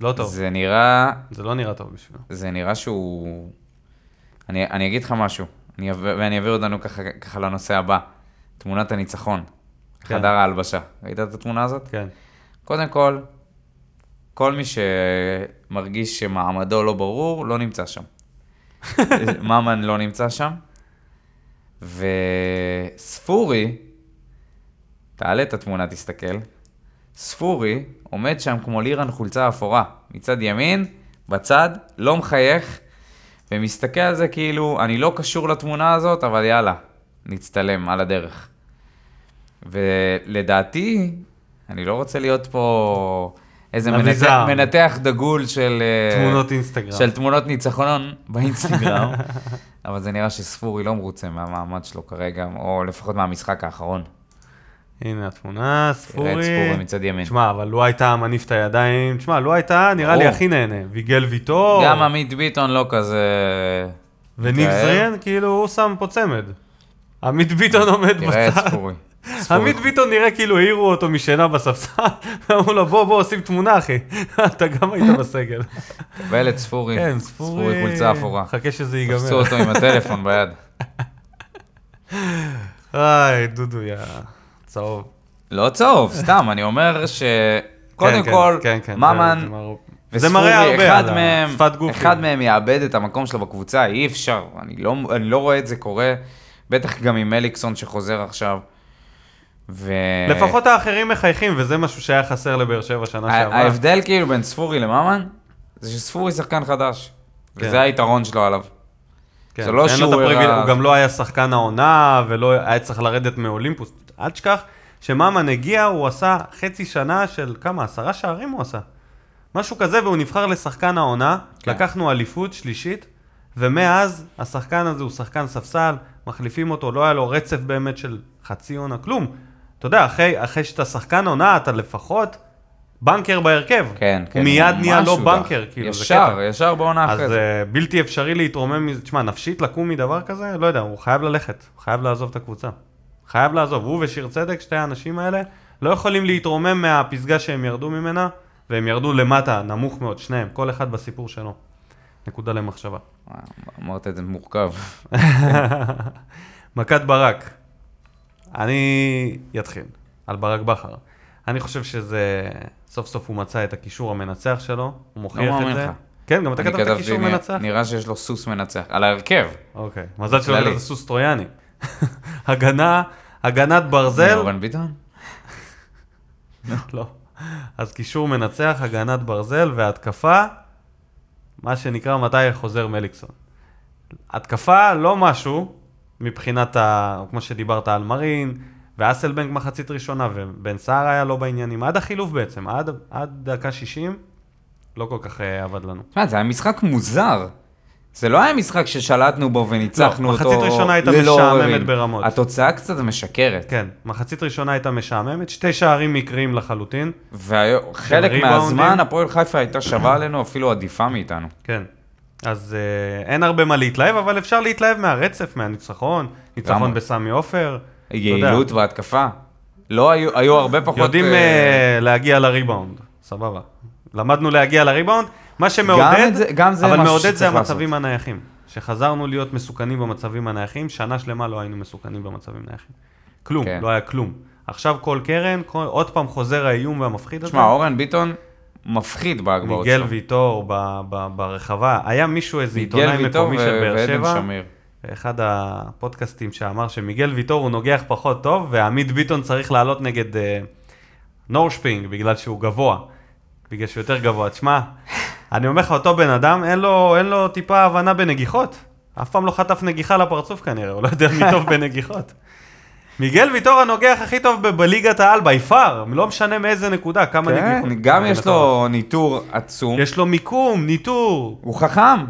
[SPEAKER 1] לא טוב,
[SPEAKER 2] זה נראה...
[SPEAKER 1] זה לא נראה טוב בשבילו.
[SPEAKER 2] זה נראה שהוא... אני, אני אגיד לך משהו, אני אעב- ואני אעביר אותנו ככה, ככה לנושא הבא. תמונת הניצחון,
[SPEAKER 1] כן.
[SPEAKER 2] חדר ההלבשה. ראית את התמונה הזאת?
[SPEAKER 1] כן.
[SPEAKER 2] קודם כל, כל מי שמרגיש שמעמדו לא ברור, לא נמצא שם. ממן לא נמצא שם. וספורי, תעלה את התמונה, תסתכל. ספורי עומד שם כמו לירן חולצה אפורה, מצד ימין, בצד, לא מחייך, ומסתכל על זה כאילו, אני לא קשור לתמונה הזאת, אבל יאללה, נצטלם על הדרך. ולדעתי, אני לא רוצה להיות פה איזה
[SPEAKER 1] אביזר.
[SPEAKER 2] מנתח, מנתח דגול של... אה,
[SPEAKER 1] תמונות אינסטגרם.
[SPEAKER 2] של תמונות ניצחון באינסטגרם, אבל זה נראה שספורי לא מרוצה מהמעמד שלו כרגע, או לפחות מהמשחק האחרון.
[SPEAKER 1] הנה התמונה, ספורי.
[SPEAKER 2] תראה את ספורי מצד ימין.
[SPEAKER 1] תשמע, אבל לו הייתה מניף את הידיים, תשמע, לו הייתה, נראה לי
[SPEAKER 2] ברור.
[SPEAKER 1] הכי נהנה. ויגל ויטור,
[SPEAKER 2] גם עמית ביטון לא כזה...
[SPEAKER 1] וניב
[SPEAKER 2] תראה.
[SPEAKER 1] זריאן, כאילו, הוא שם פה צמד. עמית ביטון עומד
[SPEAKER 2] תראה את
[SPEAKER 1] בצד.
[SPEAKER 2] ספורי.
[SPEAKER 1] עמית ביטון נראה כאילו העירו אותו משינה בספסל, ואמרו לו, בוא, בוא, עושים תמונה, אחי. אתה גם היית בסגל.
[SPEAKER 2] קבל את ספורי.
[SPEAKER 1] כן, ספורי...
[SPEAKER 2] ספורי חולצה אפורה.
[SPEAKER 1] חכה שזה
[SPEAKER 2] תפסו
[SPEAKER 1] ייגמר.
[SPEAKER 2] אותו עם הטלפון ביד.
[SPEAKER 1] איי, דודו, יא צהוב.
[SPEAKER 2] לא צהוב, סתם, אני אומר ש... קודם
[SPEAKER 1] כן, כן,
[SPEAKER 2] כל,
[SPEAKER 1] כן, כן, זה-
[SPEAKER 2] ממן
[SPEAKER 1] זה מראה- זה
[SPEAKER 2] וספורי,
[SPEAKER 1] מראה הרבה
[SPEAKER 2] אחד
[SPEAKER 1] על
[SPEAKER 2] מהם,
[SPEAKER 1] השפת גוף.
[SPEAKER 2] אחד מהם יאבד את המקום שלו בקבוצה, אי אפשר. אני לא, אני לא רואה את זה קורה, בטח גם עם אליקסון שחוזר עכשיו. ו...
[SPEAKER 1] לפחות האחרים מחייכים, וזה משהו שהיה חסר לבאר שבע שנה
[SPEAKER 2] ה-
[SPEAKER 1] שעברה.
[SPEAKER 2] ההבדל כאילו בין ספורי לממן, זה שספורי שחקן חדש.
[SPEAKER 1] כן.
[SPEAKER 2] וזה היתרון שלו עליו.
[SPEAKER 1] כן,
[SPEAKER 2] זה לא
[SPEAKER 1] אין לו את
[SPEAKER 2] שהוא
[SPEAKER 1] הפריביל-
[SPEAKER 2] הראה-
[SPEAKER 1] הוא גם לא היה שחקן העונה, ולא היה צריך לרדת מאולימפוס. אל תשכח שממן הגיע, הוא עשה חצי שנה של כמה, עשרה שערים הוא עשה. משהו כזה, והוא נבחר לשחקן העונה,
[SPEAKER 2] כן.
[SPEAKER 1] לקחנו אליפות שלישית, ומאז השחקן הזה הוא שחקן ספסל, מחליפים אותו, לא היה לו רצף באמת של חצי עונה, כלום. אתה יודע, אחרי, אחרי שאתה שחקן עונה, אתה לפחות בנקר בהרכב.
[SPEAKER 2] כן, כן.
[SPEAKER 1] הוא מיד נהיה לא
[SPEAKER 2] משהו
[SPEAKER 1] בנקר,
[SPEAKER 2] דח.
[SPEAKER 1] כאילו, זה קטע.
[SPEAKER 2] ישר, ישר בעונה אחרי
[SPEAKER 1] אז
[SPEAKER 2] זה.
[SPEAKER 1] אה, בלתי אפשרי להתרומם מזה, תשמע, נפשית לקום מדבר כזה, לא יודע, הוא חייב ללכת, הוא חייב לעזוב את הקבוצה. חייב לעזוב, הוא ושיר צדק, שתי האנשים האלה, לא יכולים להתרומם מהפסגה שהם ירדו ממנה, והם ירדו למטה, נמוך מאוד, שניהם, כל אחד בסיפור שלו. נקודה למחשבה.
[SPEAKER 2] וואו, אמרת את זה מורכב.
[SPEAKER 1] מכת ברק. אני אתחיל על ברק בכר. אני חושב שזה, סוף סוף הוא מצא את הקישור המנצח שלו, הוא מוכיח את זה.
[SPEAKER 2] לא מאמין לך.
[SPEAKER 1] כן, גם אתה
[SPEAKER 2] אני
[SPEAKER 1] כתבת
[SPEAKER 2] כתבתי,
[SPEAKER 1] קישור
[SPEAKER 2] נראה-
[SPEAKER 1] מנצח?
[SPEAKER 2] נראה שיש לו סוס מנצח. על ההרכב.
[SPEAKER 1] אוקיי, מזל שלא
[SPEAKER 2] כללי.
[SPEAKER 1] כתבת סוס
[SPEAKER 2] לא,
[SPEAKER 1] טרויאני. הגנה, הגנת ברזל,
[SPEAKER 2] אורן ביטון?
[SPEAKER 1] לא. אז קישור מנצח, הגנת ברזל והתקפה, מה שנקרא מתי חוזר מליקסון. התקפה לא משהו, מבחינת, ה... כמו שדיברת על מרין, ואסלבנק מחצית ראשונה, ובן סער היה לא בעניינים, עד החילוף בעצם, עד, עד דקה 60, לא כל כך אה, עבד לנו.
[SPEAKER 2] תשמע, זה היה משחק מוזר. זה לא היה משחק ששלטנו בו וניצחנו
[SPEAKER 1] לא,
[SPEAKER 2] אותו
[SPEAKER 1] מחצית ראשונה הייתה
[SPEAKER 2] ללא
[SPEAKER 1] משעממת
[SPEAKER 2] עוררין.
[SPEAKER 1] ברמות.
[SPEAKER 2] התוצאה קצת משקרת.
[SPEAKER 1] כן, מחצית ראשונה הייתה משעממת, שתי שערים מקריים לחלוטין,
[SPEAKER 2] וחלק
[SPEAKER 1] כן, ריבאונדים.
[SPEAKER 2] מהזמן הפועל חיפה הייתה שווה עלינו, אפילו עדיפה מאיתנו.
[SPEAKER 1] כן. אז אה, אין הרבה מה להתלהב, אבל אפשר להתלהב מהרצף, מהניצחון, ניצחון
[SPEAKER 2] למה?
[SPEAKER 1] בסמי עופר. אתה יודע,
[SPEAKER 2] יעילות והתקפה. לא היו, היו הרבה פחות...
[SPEAKER 1] יודעים
[SPEAKER 2] אה,
[SPEAKER 1] אה, להגיע לריבאונד, סבבה. למדנו להגיע לריבאונד, מה שמעודד,
[SPEAKER 2] את זה- גם זה
[SPEAKER 1] אבל
[SPEAKER 2] משהו
[SPEAKER 1] מעודד זה
[SPEAKER 2] שצריך
[SPEAKER 1] המצבים הנייחים. שחזרנו להיות מסוכנים במצבים הנייחים, שנה שלמה לא היינו מסוכנים במצבים נייחים. כלום,
[SPEAKER 2] כן.
[SPEAKER 1] לא היה כלום. עכשיו כל קרן, כל, עוד פעם חוזר האיום והמפחיד הזה.
[SPEAKER 2] תשמע, אורן ביטון מפחיד בהגבהות
[SPEAKER 1] אה, מיגל ויטור ב, ב, ברחבה, היה מישהו, איזה עיתונאי
[SPEAKER 2] ויטור
[SPEAKER 1] מקומי של
[SPEAKER 2] ו-
[SPEAKER 1] באר
[SPEAKER 2] ועדן
[SPEAKER 1] שבע,
[SPEAKER 2] שמיר.
[SPEAKER 1] אחד הפודקאסטים שאמר שמיגל ויטור הוא נוגח פחות טוב, ועמית ביטון צריך לעלות נגד אה, נורשפינג, בגלל שהוא גבוה, בגלל שהוא יותר גבוה. תשמע, אני אומר לך, אותו בן אדם, אין לו, אין לו טיפה הבנה בנגיחות. אף פעם לא חטף נגיחה לפרצוף כנראה, הוא לא יודע מי טוב בנגיחות. מיגל ויטור הנוגח הכי טוב ב- בליגת העל, בי פאר, לא משנה מאיזה נקודה, כמה
[SPEAKER 2] כן,
[SPEAKER 1] נגיחות.
[SPEAKER 2] גם
[SPEAKER 1] זה
[SPEAKER 2] יש
[SPEAKER 1] מטורף.
[SPEAKER 2] לו ניטור עצום.
[SPEAKER 1] יש לו מיקום, ניטור,
[SPEAKER 2] הוא חכם.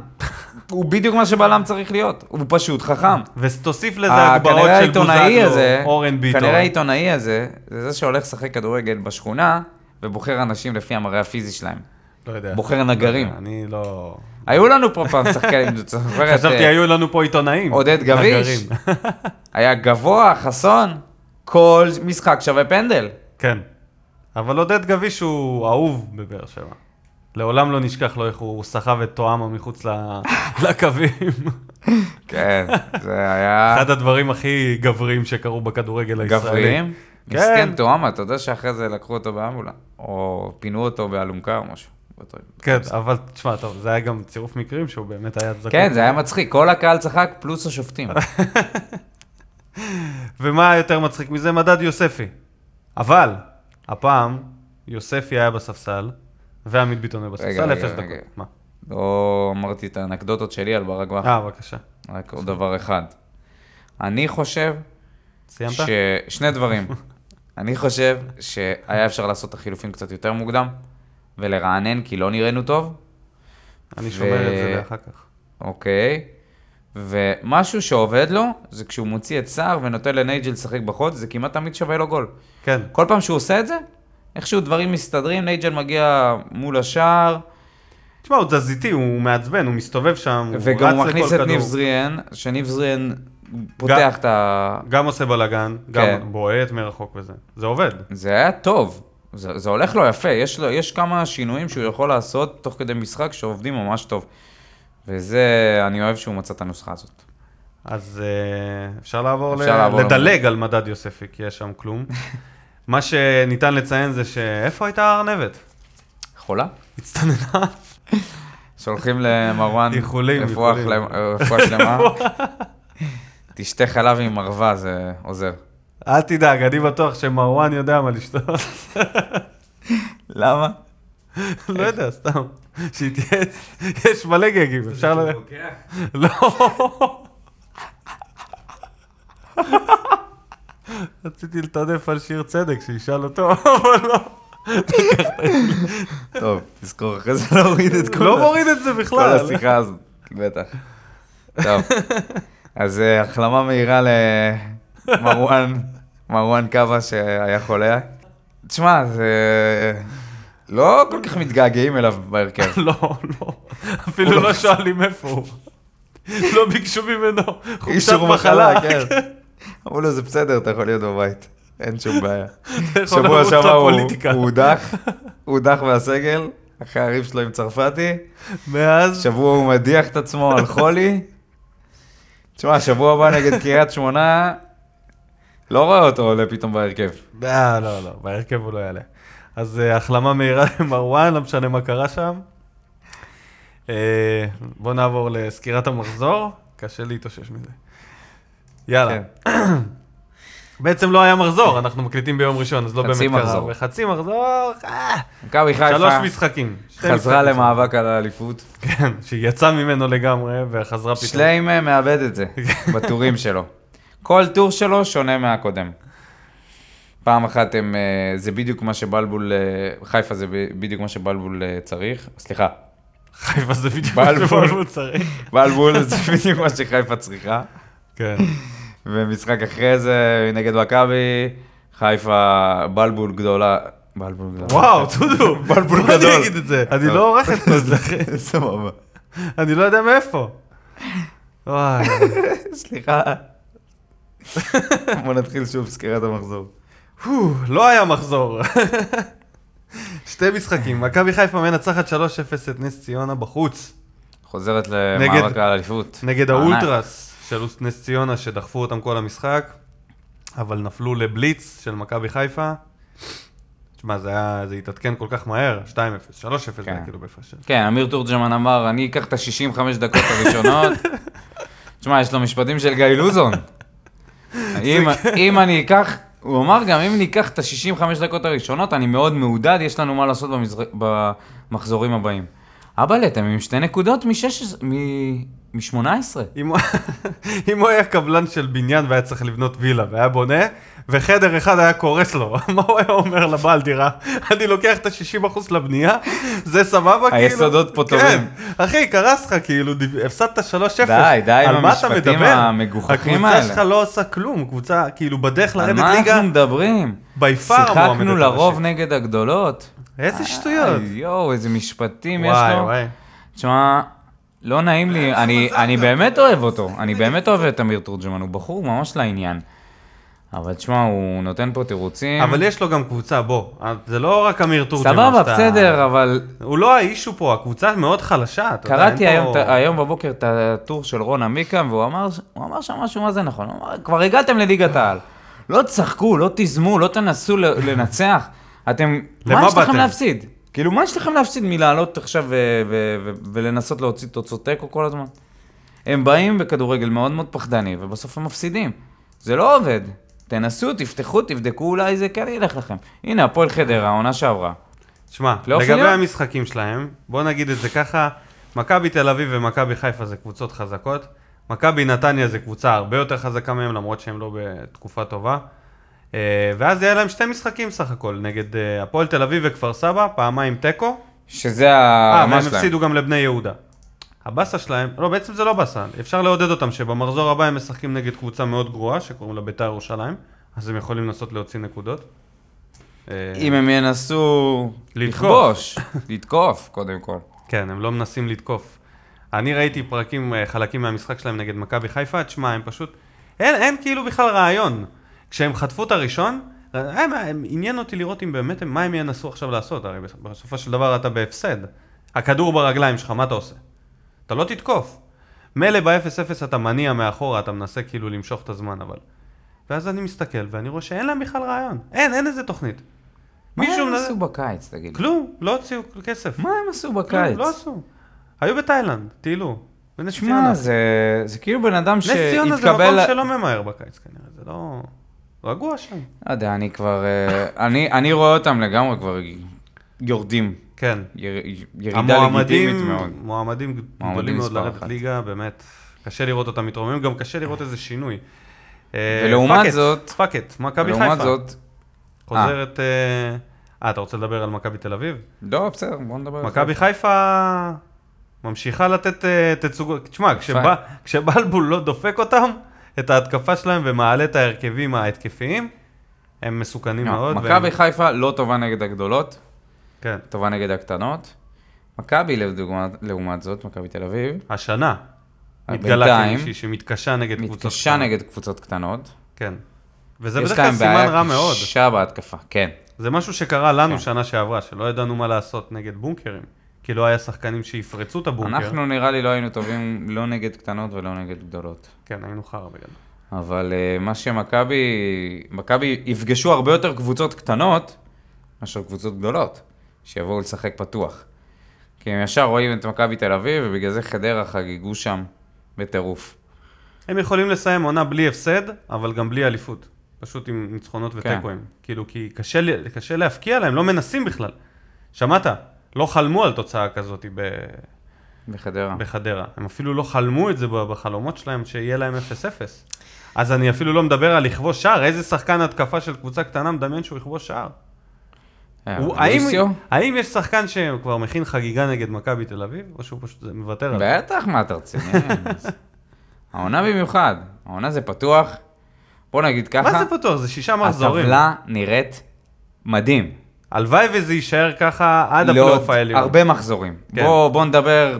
[SPEAKER 2] הוא בדיוק מה שבלם צריך להיות. הוא פשוט חכם.
[SPEAKER 1] ותוסיף לזה
[SPEAKER 2] ה-
[SPEAKER 1] הגבהות
[SPEAKER 2] אה, כנראה
[SPEAKER 1] של
[SPEAKER 2] העיתונאי הזה-
[SPEAKER 1] בוזגלו, אורן ביטון.
[SPEAKER 2] כנראה העיתונאי הזה, זה זה שהולך לשחק כדורגל בשכונה, ובוחר אנשים לפי המראה הפיזי שלהם.
[SPEAKER 1] לא יודע.
[SPEAKER 2] בוחר נגרים.
[SPEAKER 1] אני לא...
[SPEAKER 2] היו לנו פה פעם שחקנים, זאת אומרת,
[SPEAKER 1] חשבתי,
[SPEAKER 2] אה,
[SPEAKER 1] היו לנו פה עיתונאים.
[SPEAKER 2] עודד גביש.
[SPEAKER 1] נגרים.
[SPEAKER 2] היה גבוה, חסון, כל משחק שווה פנדל.
[SPEAKER 1] כן. אבל עודד גביש הוא אהוב בבאר שבע. לעולם לא נשכח לו איך הוא סחב את טועמה מחוץ ל- לקווים.
[SPEAKER 2] כן, זה היה
[SPEAKER 1] אחד הדברים הכי גבריים שקרו בכדורגל הישראלי.
[SPEAKER 2] גבריים.
[SPEAKER 1] כן.
[SPEAKER 2] מסכן תואמה, אתה יודע שאחרי זה לקחו אותו באמבולה, או פינו אותו באלונקה או משהו. באותו-
[SPEAKER 1] כן, אבל תשמע, טוב, זה היה גם צירוף מקרים שהוא באמת היה זקוק.
[SPEAKER 2] כן, זה היה מצחיק, כל הקהל צחק, פלוס השופטים.
[SPEAKER 1] ומה יותר מצחיק מזה? מדד יוספי. אבל, הפעם, יוספי היה בספסל, ועמית ביטון היה
[SPEAKER 2] רגע,
[SPEAKER 1] בספסל,
[SPEAKER 2] רגע,
[SPEAKER 1] אפס
[SPEAKER 2] רגע.
[SPEAKER 1] דקות. מה?
[SPEAKER 2] לא אמרתי את האנקדוטות שלי על ברק בכר,
[SPEAKER 1] אה, בבקשה.
[SPEAKER 2] רק עוד דבר אחד. אני חושב
[SPEAKER 1] סיימת?
[SPEAKER 2] ש... שני דברים. אני חושב שהיה אפשר לעשות את החילופים קצת יותר מוקדם, ולרענן, כי לא נראינו טוב,
[SPEAKER 1] אני
[SPEAKER 2] ו-
[SPEAKER 1] שומר את זה לאחר כך.
[SPEAKER 2] אוקיי? ומשהו שעובד לו, זה כשהוא מוציא את סער ונותן לנייג'י לשחק בחוץ, זה כמעט תמיד שווה לו גול.
[SPEAKER 1] כן.
[SPEAKER 2] כל פעם שהוא עושה את זה, איכשהו דברים מסתדרים, נייג'ל מגיע מול השער,
[SPEAKER 1] תשמע, הוא תזזיתי, הוא מעצבן, הוא מסתובב שם, הוא רץ לכל כדור.
[SPEAKER 2] וגם הוא מכניס את ניב זריאן, שניב זריאן פותח את ה...
[SPEAKER 1] גם עושה בלאגן,
[SPEAKER 2] כן.
[SPEAKER 1] גם בועט מרחוק וזה. זה עובד.
[SPEAKER 2] זה היה טוב, זה, זה הולך לו יפה, יש, לו, יש כמה שינויים שהוא יכול לעשות תוך כדי משחק שעובדים ממש טוב. וזה, אני אוהב שהוא מצא את הנוסחה הזאת.
[SPEAKER 1] אז אה, אפשר לעבור,
[SPEAKER 2] אפשר
[SPEAKER 1] ל...
[SPEAKER 2] לעבור
[SPEAKER 1] לדלג על מדד יוספי, כי יש שם כלום. מה שניתן לציין זה שאיפה הייתה הארנבת?
[SPEAKER 2] חולה?
[SPEAKER 1] הצטננה.
[SPEAKER 2] שולחים למרואן
[SPEAKER 1] איחולים,
[SPEAKER 2] רפואה
[SPEAKER 1] איחולים.
[SPEAKER 2] חלמה- רפואה שלמה. תשתה חלב עם ערווה, זה עוזר.
[SPEAKER 1] אל תדאג, אני בטוח שמרואן יודע מה לשתות.
[SPEAKER 2] למה?
[SPEAKER 1] לא יודע, סתם. שיתייעץ. יש מלא גגים, אפשר
[SPEAKER 2] כאילו
[SPEAKER 1] ללכת. לא. רציתי לטנף על שיר צדק, שישאל אותו, אבל לא.
[SPEAKER 2] טוב, תזכור אחרי זה להוריד את כל
[SPEAKER 1] לא
[SPEAKER 2] ה-
[SPEAKER 1] מוריד את זה
[SPEAKER 2] כל
[SPEAKER 1] בכלל.
[SPEAKER 2] השיחה הזאת, בטח. טוב, אז אה, החלמה מהירה למרואן, מרואן קאבה שהיה חולה. תשמע, זה... אה, לא כל כך מתגעגעים אליו בהרכב.
[SPEAKER 1] לא, לא. אפילו לא שואלים איפה הוא. לא ביקשו ממנו חופשת
[SPEAKER 2] אישור
[SPEAKER 1] מחלה.
[SPEAKER 2] מחלה, כן. אמרו לו, זה בסדר, אתה יכול להיות בבית, אין שום בעיה.
[SPEAKER 1] אתה יכול
[SPEAKER 2] שבוע
[SPEAKER 1] לרוץ
[SPEAKER 2] שעבר הוא-
[SPEAKER 1] לפוליטיקה.
[SPEAKER 2] הוא הודח, הוא הודח מהסגל, אחרי הריב שלו עם צרפתי.
[SPEAKER 1] מאז,
[SPEAKER 2] שבוע הוא מדיח את עצמו על חולי. תשמע, שבוע הבא נגד קריית שמונה, לא רואה אותו עולה פתאום בהרכב.
[SPEAKER 1] אה, לא, לא, בהרכב הוא לא יעלה. אז אה, החלמה מהירה למרואן, לא משנה מה קרה שם. אה, בואו נעבור לסקירת המחזור, קשה להתאושש מזה. יאללה.
[SPEAKER 2] כן.
[SPEAKER 1] בעצם לא היה מחזור, אנחנו מקליטים ביום ראשון, אז לא באמת
[SPEAKER 2] חצי
[SPEAKER 1] קרה.
[SPEAKER 2] מחזור.
[SPEAKER 1] חצי מחזור. אה,
[SPEAKER 2] מכבי
[SPEAKER 1] שלוש
[SPEAKER 2] חיפה
[SPEAKER 1] משחקים. שתי
[SPEAKER 2] חזרה
[SPEAKER 1] משחקים.
[SPEAKER 2] למאבק על האליפות.
[SPEAKER 1] כן, שיצא ממנו לגמרי וחזרה פתאום.
[SPEAKER 2] שליימה אה, מאבד את זה בטורים שלו. כל טור שלו שונה מהקודם. פעם אחת הם, אה, זה בדיוק מה שבלבול, אה, חיפה זה ב- בדיוק מה שבלבול אה, צריך, סליחה,
[SPEAKER 1] חיפה זה בדיוק מה
[SPEAKER 2] בלבול.
[SPEAKER 1] שבלבול צריך.
[SPEAKER 2] בלבול זה בדיוק מה שחיפה צריכה,
[SPEAKER 1] כן.
[SPEAKER 2] ומשחק אחרי זה נגד מכבי, חיפה בלבול גדולה, בלבול גדולה.
[SPEAKER 1] וואו, טודו.
[SPEAKER 2] בלבול
[SPEAKER 1] מה
[SPEAKER 2] גדול.
[SPEAKER 1] אני אגיד את זה? אני
[SPEAKER 2] טוב.
[SPEAKER 1] לא עורך את זה, אחי.
[SPEAKER 2] סבבה.
[SPEAKER 1] אני לא יודע מאיפה. וואי.
[SPEAKER 2] סליחה. בוא נתחיל שוב סקירת המחזור.
[SPEAKER 1] פו, לא היה מחזור. שתי משחקים, מכבי חיפה מנצחת 3-0 את נס ציונה בחוץ,
[SPEAKER 2] חוזרת למאבק על האליפות.
[SPEAKER 1] נגד
[SPEAKER 2] מענק.
[SPEAKER 1] האולטרס של נס ציונה שדחפו אותם כל המשחק, אבל נפלו לבליץ של מכבי חיפה. תשמע, זה היה, זה התעדכן כל כך מהר, 2-0, 3-0 זה היה
[SPEAKER 2] כן.
[SPEAKER 1] כאילו בהפרש.
[SPEAKER 2] כן, אמיר תורג'מן אמר, אני אקח את ה-65 דקות הראשונות. תשמע, יש לו משפטים של גיא לוזון. אם-
[SPEAKER 1] כן.
[SPEAKER 2] אם אני אקח, הוא אמר גם, אם ניקח את ה-65 דקות הראשונות, אני מאוד מעודד, יש לנו מה לעשות במזר- במחזורים הבאים. אבל אתם עם שתי נקודות מ-16, מ-18.
[SPEAKER 1] אם הוא- אם הוא היה קבלן של בניין והיה צריך לבנות וילה והיה בונה, וחדר אחד היה קורס לו, מה הוא היה אומר לבעל דירה? אני לוקח את ה-60% לבנייה, זה סבבה כאילו?
[SPEAKER 2] היסודות פה
[SPEAKER 1] כן,
[SPEAKER 2] טובים.
[SPEAKER 1] אחי, קרס לך כאילו, דיב- הפסדת 3-0.
[SPEAKER 2] די, די עם
[SPEAKER 1] על מה אתה
[SPEAKER 2] המשפטים
[SPEAKER 1] מדבר?
[SPEAKER 2] המגוחכים
[SPEAKER 1] הקבוצה
[SPEAKER 2] האלה.
[SPEAKER 1] שלך לא עושה כלום, קבוצה כאילו בדרך
[SPEAKER 2] על
[SPEAKER 1] לרדת
[SPEAKER 2] מה
[SPEAKER 1] ליגה,
[SPEAKER 2] אנחנו מדברים?
[SPEAKER 1] בי פאר המועמדת
[SPEAKER 2] שיחקנו
[SPEAKER 1] הראשית.
[SPEAKER 2] לרוב נגד הגדולות.
[SPEAKER 1] איזה שטויות.
[SPEAKER 2] איי, יואו, איזה משפטים יש
[SPEAKER 1] וואי
[SPEAKER 2] לו.
[SPEAKER 1] וואי.
[SPEAKER 2] תשמע, לא נעים לי,
[SPEAKER 1] אה,
[SPEAKER 2] אני, אני באמת
[SPEAKER 1] כן.
[SPEAKER 2] אוהב אותו, אני באמת אוהב את אמיר תורג'מן, הוא בחור ממש לעניין. אבל תשמע, הוא נותן פה תירוצים.
[SPEAKER 1] אבל יש לו גם קבוצה, בוא, זה לא רק אמיר תורג'מן.
[SPEAKER 2] סבבה,
[SPEAKER 1] שאתה-
[SPEAKER 2] בסדר, אבל
[SPEAKER 1] הוא לא האישו פה, הקבוצה מאוד חלשה. אתה יודע, אין
[SPEAKER 2] קראתי היום,
[SPEAKER 1] פה-
[SPEAKER 2] היום בבוקר את הטור של רון עמיקם, והוא אמר, הוא אמר שם משהו מה זה נכון, הוא אמר, כבר הגעתם לליגת העל. לא תשחקו, לא תיזמו, לא תנסו ל- לנצח. אתם,
[SPEAKER 1] למה
[SPEAKER 2] מה יש
[SPEAKER 1] באתם?
[SPEAKER 2] לכם להפסיד? כאילו, מה יש לכם להפסיד מלעלות עכשיו ו- ו- ו- ולנסות להוציא תוצאות תיקו כל הזמן? הם באים בכדורגל מאוד מאוד פחדני, ובסוף הם מפסידים. זה לא עובד. תנסו, תפתחו, תבדקו, אולי זה כן ילך לכם. הנה, הפועל חדרה, העונה שעברה.
[SPEAKER 1] שמע,
[SPEAKER 2] פלייאוף
[SPEAKER 1] לגבי
[SPEAKER 2] עליון?
[SPEAKER 1] המשחקים שלהם, בוא נגיד את זה ככה, מכבי תל אביב ומכבי חיפה זה קבוצות חזקות, מכבי נתניה זה קבוצה הרבה יותר חזקה מהם, למרות שהם לא בתקופה טובה. אה, ואז היה להם שתי משחקים סך הכל, נגד אה, הפועל תל אביב וכפר סבא, פעמיים תיקו,
[SPEAKER 2] שזה
[SPEAKER 1] אה,
[SPEAKER 2] הרמה
[SPEAKER 1] והם
[SPEAKER 2] שלהם.
[SPEAKER 1] הפסידו גם לבני יהודה. הבאסה שלהם, לא, בעצם זה לא באסה, אפשר לעודד אותם שבמחזור הבא הם משחקים נגד קבוצה מאוד גרועה, שקוראים לה בית"ר ירושלים, אז הם יכולים לנסות להוציא נקודות. אה,
[SPEAKER 2] אם הם ינסו
[SPEAKER 1] לתקוף.
[SPEAKER 2] לכבוש, לתקוף קודם כל.
[SPEAKER 1] כן, הם לא מנסים לתקוף. אני ראיתי פרקים, אה, חלקים מהמשחק שלהם נגד מכבי חיפה, תשמע, הם פשוט... אין, אין כאילו בכלל רעיון. כשהם חטפו את הראשון, אה, הם, הם, עניין אותי לראות אם באמת, הם, מה הם ינסו עכשיו לעשות, הרי בס- בסופו של דבר אתה בהפסד. הכדור ברגליים שלך, מה אתה עושה? אתה לא תתקוף. מילא ב-0-0 אתה מניע מאחורה, אתה מנסה כאילו למשוך את הזמן, אבל... ואז אני מסתכל, ואני רואה שאין להם בכלל רעיון. אין, אין איזה תוכנית.
[SPEAKER 2] מה
[SPEAKER 1] מישהו
[SPEAKER 2] הם
[SPEAKER 1] מנ-
[SPEAKER 2] עשו בקיץ, תגיד? לי?
[SPEAKER 1] כלום, לא הוציאו כסף.
[SPEAKER 2] מה הם עשו
[SPEAKER 1] לא,
[SPEAKER 2] בקיץ?
[SPEAKER 1] לא עשו. היו בתאילנד, טיילו. בנס
[SPEAKER 2] שמע,
[SPEAKER 1] ציונה.
[SPEAKER 2] זה זה כאילו בן אדם
[SPEAKER 1] נס ציונה זה מקום
[SPEAKER 2] שהתקבל...
[SPEAKER 1] שלא ממהר בקיץ כנראה, זה לא... רגוע שם.
[SPEAKER 2] לא יודע, אני כבר... אה, אני- אני רואה אותם לגמרי כבר יורדים.
[SPEAKER 1] כן.
[SPEAKER 2] יר- ירידה לגיטימית
[SPEAKER 1] המועמדים,
[SPEAKER 2] מאוד.
[SPEAKER 1] מועמדים גדולים
[SPEAKER 2] מועמדים
[SPEAKER 1] מאוד
[SPEAKER 2] מספר
[SPEAKER 1] לרדת
[SPEAKER 2] אחת.
[SPEAKER 1] ליגה, באמת. קשה לראות אותם מתרוממים, גם קשה לראות איזה שינוי. אה,
[SPEAKER 2] ולעומת
[SPEAKER 1] fuck it,
[SPEAKER 2] זאת-
[SPEAKER 1] fuck it, מכבי
[SPEAKER 2] ולעומת
[SPEAKER 1] חיפה.
[SPEAKER 2] זאת... אה.
[SPEAKER 1] חוזרת... אה, אה, אתה רוצה לדבר על מכבי תל אביב?
[SPEAKER 2] לא, בסדר, בוא נדבר על זה.
[SPEAKER 1] מכבי חיפה ממשיכה לתת אה, תצוגות. תשמע, כשבא- כשבלבול לא דופק אותם, את ההתקפה שלהם ומעלה את ההרכבים ההתקפיים, הם מסוכנים
[SPEAKER 2] לא,
[SPEAKER 1] מאוד.
[SPEAKER 2] מכבי
[SPEAKER 1] והם-
[SPEAKER 2] חיפה לא טובה נגד הגדולות,
[SPEAKER 1] כן.
[SPEAKER 2] טובה נגד הקטנות. מכבי, לדוגמה- לעומת זאת, מכבי תל אביב,
[SPEAKER 1] השנה.
[SPEAKER 2] אה,
[SPEAKER 1] מתגלה
[SPEAKER 2] בינתיים.
[SPEAKER 1] כמישהי שמתקשה נגד קבוצות.
[SPEAKER 2] מתקשה
[SPEAKER 1] קטנות.
[SPEAKER 2] נגד קבוצות קטנות.
[SPEAKER 1] כן. וזה
[SPEAKER 2] יש
[SPEAKER 1] בדרך כלל
[SPEAKER 2] להם בעיה
[SPEAKER 1] סימן רע מאוד. אוקיי.
[SPEAKER 2] קשה בהתקפה, כן.
[SPEAKER 1] זה משהו שקרה לנו
[SPEAKER 2] כן.
[SPEAKER 1] שנה שעברה, שלא ידענו מה לעשות נגד בונקרים. כי לא היה שחקנים שיפרצו את הבונקר.
[SPEAKER 2] אנחנו נראה לי לא היינו טובים לא נגד קטנות ולא נגד גדולות.
[SPEAKER 1] כן, היינו חרא בגלל. זה.
[SPEAKER 2] אבל אה, מה שמכבי, מכבי יפגשו הרבה יותר קבוצות קטנות מאשר קבוצות גדולות, שיבואו לשחק פתוח. כי הם ישר רואים את מכבי תל אביב, ובגלל זה חדרה חגגו שם בטירוף.
[SPEAKER 1] הם יכולים לסיים עונה בלי הפסד, אבל גם בלי אליפות. פשוט עם ניצחונות
[SPEAKER 2] כן.
[SPEAKER 1] ותיקואים. כאילו, כי קשה, לי- קשה להבקיע להם, לא מנסים בכלל. שמעת? לא חלמו על תוצאה כזאת ב...
[SPEAKER 2] בחדרה.
[SPEAKER 1] בחדרה. הם אפילו לא חלמו את זה ב- בחלומות שלהם, שיהיה להם 0-0. אז אני אפילו לא מדבר על לכבוש שער, איזה שחקן התקפה של קבוצה קטנה מדמיין שהוא יכבוש שער?
[SPEAKER 2] אה,
[SPEAKER 1] הוא- האם,
[SPEAKER 2] לוסיו?
[SPEAKER 1] האם יש שחקן שכבר מכין חגיגה נגד מכבי תל אביב, או שהוא פשוט מוותר על זה?
[SPEAKER 2] בטח, מה אתה רציני? העונה במיוחד. העונה זה פתוח. בוא נגיד ככה.
[SPEAKER 1] מה זה פתוח? זה שישה מחזורים.
[SPEAKER 2] הטבלה נראית מדהים.
[SPEAKER 1] הלוואי וזה יישאר ככה עד הפלייאוף
[SPEAKER 2] לעוד
[SPEAKER 1] העליון.
[SPEAKER 2] הרבה מחזורים.
[SPEAKER 1] לא כן.
[SPEAKER 2] בוא בוא נדבר,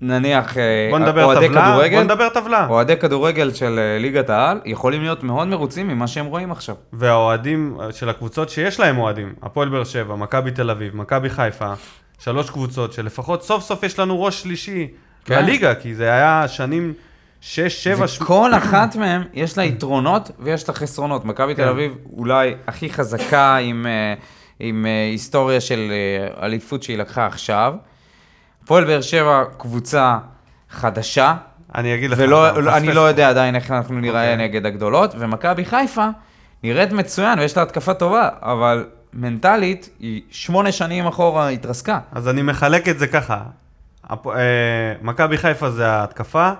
[SPEAKER 2] נניח, אה,
[SPEAKER 1] בוא נדבר
[SPEAKER 2] אוהדי
[SPEAKER 1] טבלה,
[SPEAKER 2] כדורגל.
[SPEAKER 1] בוא נדבר טבלה.
[SPEAKER 2] אוהדי כדורגל של אה, ליגת העל יכולים להיות מאוד מרוצים ממה שהם רואים עכשיו.
[SPEAKER 1] והאוהדים אה, של הקבוצות שיש להם אוהדים, הפועל באר שבע, מכבי תל אביב, מכבי חיפה, שלוש קבוצות שלפחות סוף סוף יש לנו ראש שלישי
[SPEAKER 2] כן.
[SPEAKER 1] לליגה, כי זה היה שנים שש, שבע, שמונה.
[SPEAKER 2] וכל אחת מהן יש לה יתרונות ויש לה חסרונות.
[SPEAKER 1] כן.
[SPEAKER 2] מכבי תל אביב אולי הכי חזקה עם, אה, עם אה, היסטוריה של אה, אליפות שהיא לקחה עכשיו. הפועל באר שבע קבוצה חדשה,
[SPEAKER 1] אני אגיד לך. אתה
[SPEAKER 2] ולא, לא-
[SPEAKER 1] מפספס
[SPEAKER 2] אני לא יודע עדיין איך אנחנו ניראה
[SPEAKER 1] אוקיי.
[SPEAKER 2] נגד הגדולות, ומכבי חיפה נראית מצוין ויש לה התקפה טובה, אבל מנטלית היא שמונה שנים אחורה התרסקה.
[SPEAKER 1] אז אני מחלק את זה ככה. הפ... אה, מכבי חיפה זה ההתקפה,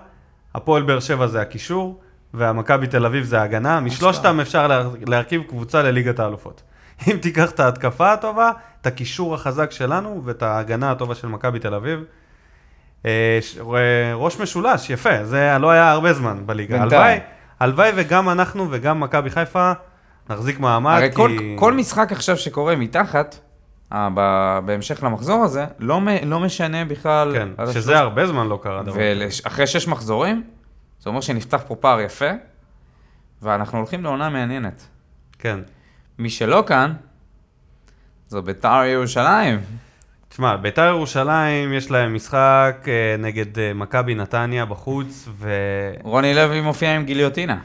[SPEAKER 1] הפועל באר שבע זה הקישור, והמכבי תל אביב זה ההגנה. משלושתם אפשר לה... להרכיב קבוצה לליגת האלופות. אם תיקח את ההתקפה הטובה, את הקישור החזק שלנו ואת ההגנה הטובה של מכבי תל אביב. אה, ש... אה, ראש משולש, יפה, זה לא היה הרבה זמן בליגה.
[SPEAKER 2] בינתיים.
[SPEAKER 1] הלוואי, הלוואי וגם אנחנו וגם מכבי חיפה נחזיק מעמד,
[SPEAKER 2] הרי
[SPEAKER 1] כי...
[SPEAKER 2] כל, כל משחק עכשיו שקורה מתחת, אה, ב, בהמשך למחזור הזה, לא, מ, לא משנה בכלל...
[SPEAKER 1] כן,
[SPEAKER 2] עד
[SPEAKER 1] שזה הרבה זמן לא קרה. דבר כזה.
[SPEAKER 2] ואחרי שש מחזורים, זה אומר שנפתח פה פער יפה, ואנחנו הולכים לעונה מעניינת.
[SPEAKER 1] כן.
[SPEAKER 2] מי שלא כאן, זו בית"ר ירושלים.
[SPEAKER 1] תשמע, ביתר ירושלים יש להם משחק אה, נגד אה, מכבי נתניה בחוץ, וקשה
[SPEAKER 2] רוני לוי מופיע עם גיליוטינה.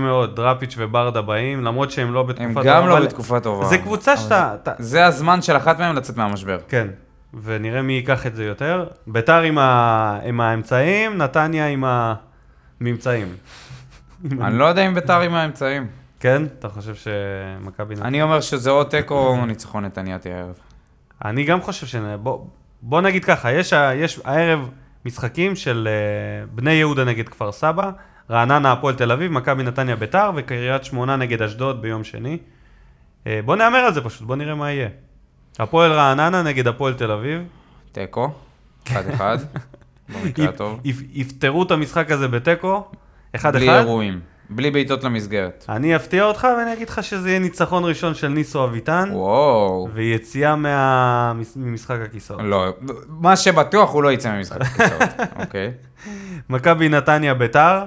[SPEAKER 1] מאוד, דראפיץ' וברדה באים, למרות שהם לא בתקופה
[SPEAKER 2] הם
[SPEAKER 1] טובה.
[SPEAKER 2] גם לא
[SPEAKER 1] אבל-
[SPEAKER 2] בתקופה טובה.
[SPEAKER 1] זה קבוצה
[SPEAKER 2] אבל
[SPEAKER 1] שאתה...
[SPEAKER 2] זה-
[SPEAKER 1] אתה-
[SPEAKER 2] זה הזמן של אחת מהם לצאת מהמשבר.
[SPEAKER 1] כן, ונראה מי ייקח את זה יותר. ביתר עם ה- עם האמצעים, נתניה עם הממצאים.
[SPEAKER 2] אני לא יודע אם בית"ר עם האמצעים.
[SPEAKER 1] כן? אתה חושב שמכבי נתניה...
[SPEAKER 2] אני אומר שזה או תיקו או ניצחון נתניהתי הערב.
[SPEAKER 1] אני גם חושב ש... בוא, בוא נגיד ככה, יש, ה- יש הערב משחקים של אה, בני יהודה נגד כפר סבא, רעננה הפועל תל אביב, מכבי נתניה ביתר וקריית שמונה נגד אשדוד ביום שני. אה, בוא נהמר על זה פשוט, בוא נראה מה יהיה. הפועל רעננה נגד הפועל תל אביב.
[SPEAKER 2] תיקו, אחד אחד. במקרה
[SPEAKER 1] יפ-
[SPEAKER 2] הטוב.
[SPEAKER 1] יפ- יפתרו את המשחק הזה בתיקו, אחד
[SPEAKER 2] בלי
[SPEAKER 1] אחד.
[SPEAKER 2] אירועים. בלי בעיטות למסגרת.
[SPEAKER 1] אני אפתיע אותך ואני אגיד לך שזה יהיה ניצחון ראשון של ניסו אביטן,
[SPEAKER 2] וואו.
[SPEAKER 1] ויציאה מה... ממשחק הכיסאות.
[SPEAKER 2] לא, מה שבטוח הוא לא יצא ממשחק הכיסאות, אוקיי?
[SPEAKER 1] מכבי נתניה ביתר,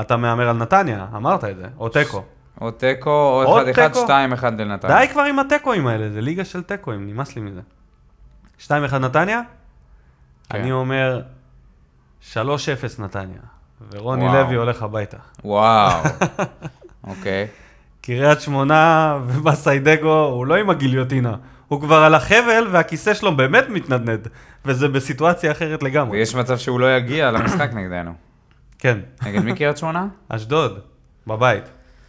[SPEAKER 1] אתה מהמר על נתניה, אמרת את זה, או תיקו.
[SPEAKER 2] או תיקו, או
[SPEAKER 1] עוד
[SPEAKER 2] אחד אחד,
[SPEAKER 1] תיקו?
[SPEAKER 2] שתיים אחד לנתניה.
[SPEAKER 1] די כבר עם התיקואים האלה, זה ליגה של תיקואים, נמאס לי מזה. 2-1 נתניה?
[SPEAKER 2] כן.
[SPEAKER 1] אני אומר 3-0 נתניה, ורוני
[SPEAKER 2] וואו.
[SPEAKER 1] לוי הולך הביתה.
[SPEAKER 2] וואו. אוקיי.
[SPEAKER 1] קריית שמונה ובסיידגו, הוא לא עם הגיליוטינה, הוא כבר על החבל והכיסא שלו באמת מתנדנד, וזה בסיטואציה אחרת לגמרי.
[SPEAKER 2] ויש מצב שהוא לא יגיע למשחק נגדנו.
[SPEAKER 1] כן,
[SPEAKER 2] נגד מי קריית שמונה?
[SPEAKER 1] אשדוד, בבית.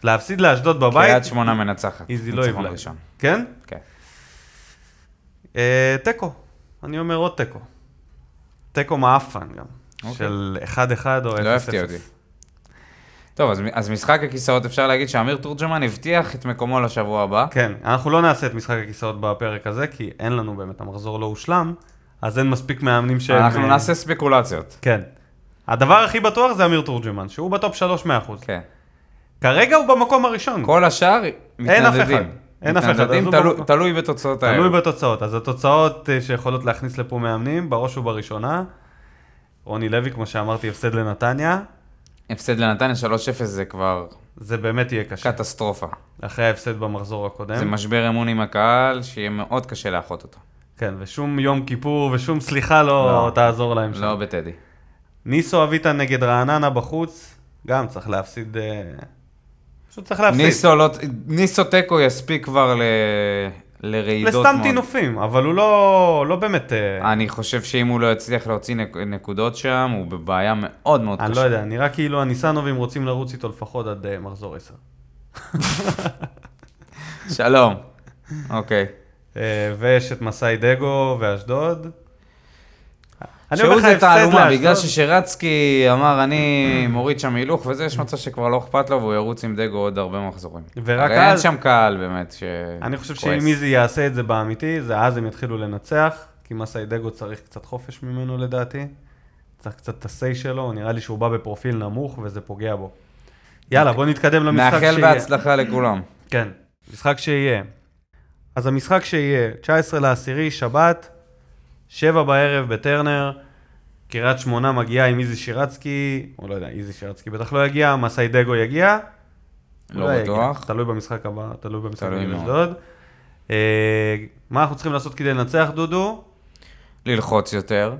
[SPEAKER 1] להפסיד לאשדוד בבית,
[SPEAKER 2] קריית שמונה מנצחת.
[SPEAKER 1] איזי לא
[SPEAKER 2] ניצחון
[SPEAKER 1] יבלע.
[SPEAKER 2] ראשון.
[SPEAKER 1] כן?
[SPEAKER 2] כן.
[SPEAKER 1] אה, תיקו. אני אומר עוד תיקו. תיקו מעפן גם.
[SPEAKER 2] אוקיי.
[SPEAKER 1] של 1-1 או 0-0.
[SPEAKER 2] לא הפתיע אותי. טוב, אז, אז משחק הכיסאות, אפשר להגיד שאמיר תורג'מן הבטיח את מקומו לשבוע הבא.
[SPEAKER 1] כן, אנחנו לא נעשה את משחק הכיסאות בפרק הזה, כי אין לנו באמת, המחזור לא הושלם, אז אין מספיק מאמנים ש...
[SPEAKER 2] אנחנו נעשה ספקולציות.
[SPEAKER 1] כן. הדבר הכי בטוח זה אמיר תורג'מן, שהוא בטופ 3 100%.
[SPEAKER 2] כן.
[SPEAKER 1] כרגע הוא במקום הראשון.
[SPEAKER 2] כל השאר מתנדדים.
[SPEAKER 1] אף אחד. אין אף אחד,
[SPEAKER 2] מתנדדים,
[SPEAKER 1] אז הוא
[SPEAKER 2] תלו,
[SPEAKER 1] במקום.
[SPEAKER 2] תלוי בתוצאות האלה.
[SPEAKER 1] תלוי בתוצאות. אז התוצאות אה, שיכולות להכניס לפה מאמנים, בראש ובראשונה, רוני לוי, כמו שאמרתי, הפסד לנתניה,
[SPEAKER 2] הפסד לנתניה 3-0 זה כבר
[SPEAKER 1] זה באמת יהיה קשה.
[SPEAKER 2] קטסטרופה.
[SPEAKER 1] אחרי ההפסד במחזור הקודם.
[SPEAKER 2] זה משבר אמון עם הקהל, שיהיה מאוד קשה לאחות אותו.
[SPEAKER 1] כן, ושום יום כיפור ושום סליחה לא,
[SPEAKER 2] לא.
[SPEAKER 1] תעזור להם שם.
[SPEAKER 2] לא בטדי.
[SPEAKER 1] ניסו אביטן נגד רעננה בחוץ, גם צריך להפסיד... אה, פשוט צריך להפסיד.
[SPEAKER 2] ניסו לא- ניסו תיקו יספיק כבר ל- לרעידות מאוד.
[SPEAKER 1] לסתם טינופים, אבל הוא לא, לא באמת... אה,
[SPEAKER 2] אני חושב שאם הוא לא יצליח להוציא נק- נקודות שם, הוא בבעיה מאוד מאוד קשה.
[SPEAKER 1] אני לא יודע, נראה כאילו הניסנובים רוצים לרוץ איתו לפחות עד אה, מחזור 10.
[SPEAKER 2] שלום. אוקיי.
[SPEAKER 1] אה, ויש את מסאי דגו ואשדוד. אה, אני אומר
[SPEAKER 2] שהוא
[SPEAKER 1] לך,
[SPEAKER 2] זה
[SPEAKER 1] הפסד
[SPEAKER 2] תעלומה, בגלל
[SPEAKER 1] לאשדוד.
[SPEAKER 2] ששרצקי אמר, אני מוריד שם הילוך וזה, יש מצב שכבר לא אכפת לו והוא ירוץ עם דגו עוד הרבה מחזורים.
[SPEAKER 1] ורק
[SPEAKER 2] הרי אין
[SPEAKER 1] אז-
[SPEAKER 2] שם קהל באמת ש...
[SPEAKER 1] אני חושב
[SPEAKER 2] כן. כועס.
[SPEAKER 1] שאם איזי יעשה את זה באמיתי, זה אז הם יתחילו לנצח, כי מסאי דגו צריך קצת חופש ממנו לדעתי. צריך קצת את ה-say שלו, נראה לי שהוא בא בפרופיל נמוך וזה פוגע בו. יאללה, בוא נתקדם למשחק
[SPEAKER 2] נאחל
[SPEAKER 1] שיהיה.
[SPEAKER 2] בהצלחה לכולם.
[SPEAKER 1] כן, משחק שיהיה. אז המשחק שיהיה, 19 לעשירי, שבת, שבע בערב בטרנר, קריית שמונה מגיעה עם איזי שירצקי, או לא יודע, איזי שירצקי בטח לא יגיע, מסאי דגו יגיע.
[SPEAKER 2] לא
[SPEAKER 1] אולי כן. יגיע,
[SPEAKER 2] בטוח.
[SPEAKER 1] תלוי במשחק הבא, תלוי במשחק
[SPEAKER 2] תלוי
[SPEAKER 1] נגד
[SPEAKER 2] מאוד.
[SPEAKER 1] אשדוד. אה, מה אנחנו צריכים לעשות כדי לנצח, דודו?
[SPEAKER 2] ללחוץ יותר,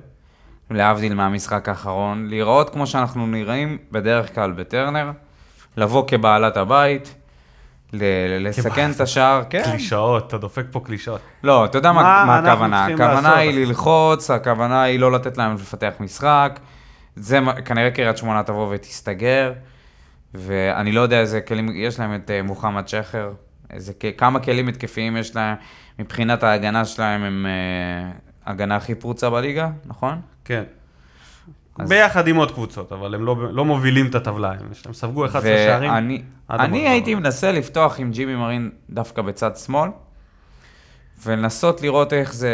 [SPEAKER 2] להבדיל מהמשחק האחרון, להיראות כמו שאנחנו נראים בדרך כלל בטרנר, לבוא כבעלת הבית, ל- לסכן את השער, כן.
[SPEAKER 1] קלישאות, אתה דופק פה קלישאות.
[SPEAKER 2] לא, אתה יודע
[SPEAKER 1] מה
[SPEAKER 2] מה, מה
[SPEAKER 1] אנחנו
[SPEAKER 2] הכוונה.
[SPEAKER 1] צריכים
[SPEAKER 2] הכוונה
[SPEAKER 1] לעשות?
[SPEAKER 2] היא ללחוץ, הכוונה היא לא לתת להם לפתח משחק. זה מה- כנראה קריית שמונה תבוא ותסתגר, ואני לא יודע איזה כלים, יש להם את אה, מוחמד שחר, איזה, כ- כמה כלים התקפיים יש להם, מבחינת ההגנה שלהם הם אה, הגנה הכי פרוצה בליגה, נכון?
[SPEAKER 1] כן.
[SPEAKER 2] אז-
[SPEAKER 1] ביחד עם עוד קבוצות, אבל הם לא לא מובילים את הטבלה, הם הם ספגו 11 שערים.
[SPEAKER 2] ואני
[SPEAKER 1] עד המחזור.
[SPEAKER 2] אני הייתי מנסה לפתוח עם ג'ימי מרין דווקא בצד שמאל, ולנסות לראות איך זה,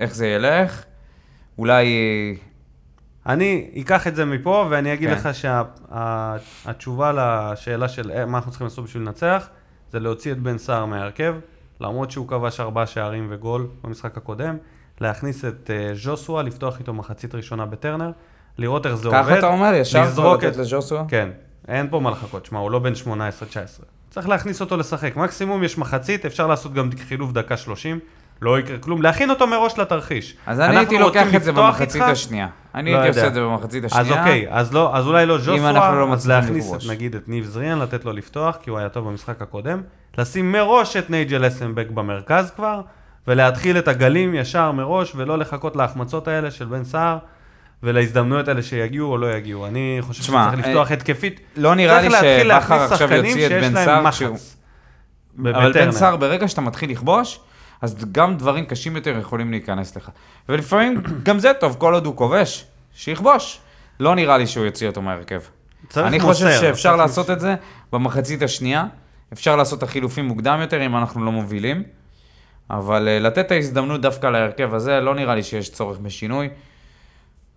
[SPEAKER 2] איך זה ילך. אולי
[SPEAKER 1] אני אקח את זה מפה, ואני אגיד
[SPEAKER 2] כן.
[SPEAKER 1] לך שהתשובה לשאלה של אה, מה אנחנו צריכים לעשות בשביל לנצח, זה להוציא את בן סער מההרכב, למרות שהוא כבש ארבעה שערים וגול במשחק הקודם, להכניס את אה, ז'וסווה, לפתוח איתו מחצית ראשונה בטרנר, לראות איך זה עובד.
[SPEAKER 2] ככה אתה אומר, ישר כבר
[SPEAKER 1] לזרוק את-
[SPEAKER 2] לתת לג'וסווה?
[SPEAKER 1] כן, אין פה מה לחכות, שמע, הוא לא בן 18-19. צריך להכניס אותו לשחק. מקסימום יש מחצית, אפשר לעשות גם חילוף דקה 30, לא יקרה כלום, להכין אותו מראש לתרחיש.
[SPEAKER 2] אז אני
[SPEAKER 1] אנחנו
[SPEAKER 2] הייתי לוקח
[SPEAKER 1] רוצים
[SPEAKER 2] את זה
[SPEAKER 1] לפתוח
[SPEAKER 2] במחצית
[SPEAKER 1] איתך,
[SPEAKER 2] השנייה. אני
[SPEAKER 1] לא
[SPEAKER 2] הייתי עושה
[SPEAKER 1] יודע.
[SPEAKER 2] את זה במחצית
[SPEAKER 1] אז
[SPEAKER 2] השנייה.
[SPEAKER 1] אוקיי, אז לא, אז אולי לא
[SPEAKER 2] אנחנו לא
[SPEAKER 1] ז'וסווה, אז
[SPEAKER 2] מצליחים
[SPEAKER 1] להכניס את,
[SPEAKER 2] לכבוש.
[SPEAKER 1] נגיד את ניב זריאן, לתת לו לפתוח, כי הוא היה טוב במשחק הקודם, לשים מראש את נייג'ל אסנבק במרכז כבר, ולהתחיל את הגלים ישר מראש, ולא לחכות להחמצות האלה של בן סער, ולהזדמנויות האלה שיגיעו או לא יגיעו. אני חושב
[SPEAKER 2] תשמע,
[SPEAKER 1] שצריך לפתוח
[SPEAKER 2] אה,
[SPEAKER 1] התקפית.
[SPEAKER 2] לא נראה לי
[SPEAKER 1] צריך להתחיל
[SPEAKER 2] שבכר
[SPEAKER 1] להכניס
[SPEAKER 2] עכשיו
[SPEAKER 1] שחקנים
[SPEAKER 2] יוציא את
[SPEAKER 1] שיש
[SPEAKER 2] בן
[SPEAKER 1] להם
[SPEAKER 2] סער
[SPEAKER 1] מחץ.
[SPEAKER 2] כשהוא...
[SPEAKER 1] ב-
[SPEAKER 2] אבל
[SPEAKER 1] בטרנר.
[SPEAKER 2] בן סער, ברגע שאתה מתחיל לכבוש, אז גם דברים קשים יותר יכולים להיכנס לך. ולפעמים גם זה טוב, כל עוד הוא כובש, שיכבוש. לא נראה לי שהוא יוציא אותו מהרכב.
[SPEAKER 1] צריך
[SPEAKER 2] אני
[SPEAKER 1] מוסר,
[SPEAKER 2] חושב שאפשר
[SPEAKER 1] צריך
[SPEAKER 2] לעשות
[SPEAKER 1] מוסר.
[SPEAKER 2] את זה במחצית השנייה. אפשר לעשות את החילופים מוקדם יותר אם אנחנו לא מובילים. אבל אה, לתת את ההזדמנות דווקא להרכב הזה, לא נראה לי שיש צורך בשינוי.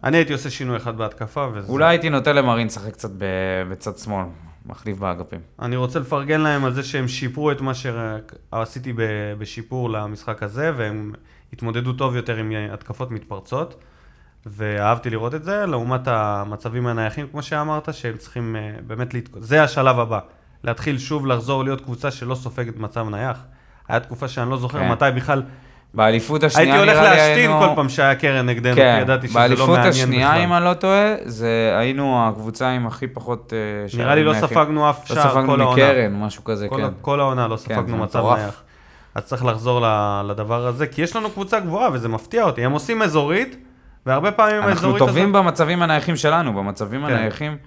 [SPEAKER 1] אני הייתי עושה שינוי אחד בהתקפה, וזה...
[SPEAKER 2] אולי הייתי נותן למרין לשחק קצת ב- בצד שמאל, מחליף באגפים.
[SPEAKER 1] אני רוצה לפרגן להם על זה שהם שיפרו את מה שעשיתי ב- בשיפור למשחק הזה, והם התמודדו טוב יותר עם התקפות מתפרצות, ואהבתי לראות את זה, לעומת המצבים הנייחים, כמו שאמרת, שהם צריכים אה, באמת, להת... זה השלב הבא, להתחיל שוב לחזור להיות קבוצה שלא סופגת מצב נייח. היה תקופה שאני לא זוכר
[SPEAKER 2] כן.
[SPEAKER 1] מתי בכלל,
[SPEAKER 2] באליפות השנייה
[SPEAKER 1] הייתי
[SPEAKER 2] נראה לי
[SPEAKER 1] הולך
[SPEAKER 2] היינו...
[SPEAKER 1] להשתין כל פעם שהיה קרן נגדנו, כי
[SPEAKER 2] כן,
[SPEAKER 1] ידעתי שזה לא מעניין בכלל.
[SPEAKER 2] באליפות השנייה, אם אני לא טועה, זה היינו הקבוצה עם הכי פחות... אה,
[SPEAKER 1] נראה לי
[SPEAKER 2] שערים
[SPEAKER 1] לא
[SPEAKER 2] מהכי-
[SPEAKER 1] ספגנו אף
[SPEAKER 2] לא
[SPEAKER 1] שער כל העונה.
[SPEAKER 2] ספגנו מקרן, משהו כזה,
[SPEAKER 1] כל,
[SPEAKER 2] כן.
[SPEAKER 1] כן. כל העונה לא
[SPEAKER 2] כן, זה
[SPEAKER 1] ספגנו מצב
[SPEAKER 2] מטורף.
[SPEAKER 1] נייח. אז צריך לחזור ל- לדבר הזה, כי יש לנו קבוצה גבוהה וזה מפתיע אותי. הם עושים אזורית, והרבה פעמים
[SPEAKER 2] אנחנו
[SPEAKER 1] האזורית הזאת...
[SPEAKER 2] טובים במצבים הנייחים שלנו, במצבים
[SPEAKER 1] כן.
[SPEAKER 2] הנייחים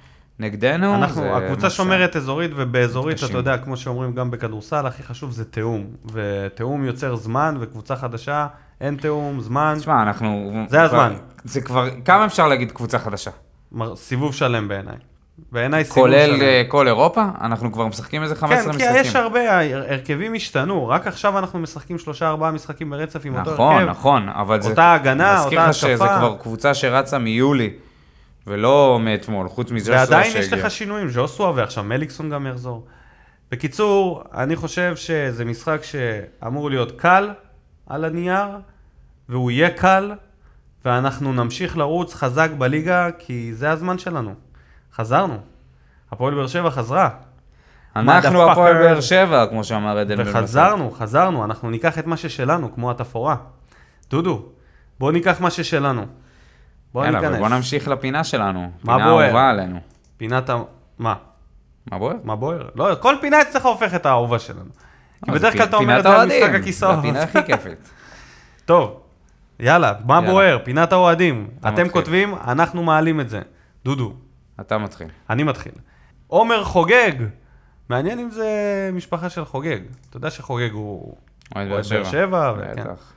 [SPEAKER 2] נגדנו.
[SPEAKER 1] אנחנו,
[SPEAKER 2] זה
[SPEAKER 1] הקבוצה
[SPEAKER 2] משהו.
[SPEAKER 1] שומרת אזורית, ובאזורית, אתה
[SPEAKER 2] מתקשים.
[SPEAKER 1] יודע, כמו שאומרים גם בכדורסל, הכי חשוב זה תיאום. ותיאום יוצר זמן, וקבוצה חדשה, אין תיאום, זמן,
[SPEAKER 2] תשמע, אנחנו...
[SPEAKER 1] זה
[SPEAKER 2] כבר-
[SPEAKER 1] הזמן.
[SPEAKER 2] זה כבר... כמה אפשר להגיד קבוצה חדשה?
[SPEAKER 1] מר- סיבוב שלם בעיניי. בעיניי סיבוב שלם.
[SPEAKER 2] כולל אה, כל אירופה? אנחנו כבר משחקים איזה 15
[SPEAKER 1] כן, כי
[SPEAKER 2] משחקים.
[SPEAKER 1] יש הרבה, ההרכבים השתנו, רק עכשיו אנחנו משחקים שלושה ארבעה משחקים ברצף עם אותו
[SPEAKER 2] נכון,
[SPEAKER 1] הרכב.
[SPEAKER 2] נכון, אבל זה...
[SPEAKER 1] אותה הגנה, אותה
[SPEAKER 2] מזכיר לך שזה
[SPEAKER 1] התקפה.
[SPEAKER 2] כבר קבוצה שרצה מיולי, ולא מאתמול, חוץ מזה
[SPEAKER 1] ועדיין יש לך שינויים, ז'וסווה ועכשיו מליקסון גם יחזור. בקיצור, אני חושב שזה משחק שאמור להיות קל על הנייר, והוא יהיה קל, ואנחנו נמשיך לרוץ חזק בליגה, כי זה הזמן שלנו. חזרנו. הפועל באר שבע חזרה,
[SPEAKER 2] אנחנו
[SPEAKER 1] motherfucker.
[SPEAKER 2] הפועל באר שבע, כמו שאמר עדן בן בסט.
[SPEAKER 1] וחזרנו, חזרנו, אנחנו ניקח את מה ששלנו, כמו התפאורה. דודו, בוא ניקח מה ששלנו. בוא
[SPEAKER 2] יאללה,
[SPEAKER 1] ניכנס.
[SPEAKER 2] ובוא נמשיך לפינה שלנו.
[SPEAKER 1] מה
[SPEAKER 2] פינה
[SPEAKER 1] בוער?
[SPEAKER 2] אהובה עלינו.
[SPEAKER 1] פינת ה... מה?
[SPEAKER 2] מה בוער?
[SPEAKER 1] מה בוער? לא, כל פינה אצלך הופכת האהובה שלנו. כי
[SPEAKER 2] אה, זה
[SPEAKER 1] בדרך כלל אתה
[SPEAKER 2] פי-
[SPEAKER 1] אומר את
[SPEAKER 2] פינת
[SPEAKER 1] זה על
[SPEAKER 2] האוהדים.
[SPEAKER 1] משחק הכיסאות.
[SPEAKER 2] זה הפינה הכי כיפית.
[SPEAKER 1] טוב, יאללה, מה
[SPEAKER 2] יאללה.
[SPEAKER 1] בוער? פינת האוהדים.
[SPEAKER 2] אתה
[SPEAKER 1] אתם
[SPEAKER 2] מתחיל.
[SPEAKER 1] כותבים, אנחנו מעלים את זה. דודו,
[SPEAKER 2] אתה מתחיל.
[SPEAKER 1] אני מתחיל. עומר חוגג! מעניין אם זה משפחה של חוגג. אתה יודע שחוגג הוא... אוהד באר שבע, וכן.
[SPEAKER 2] בטח.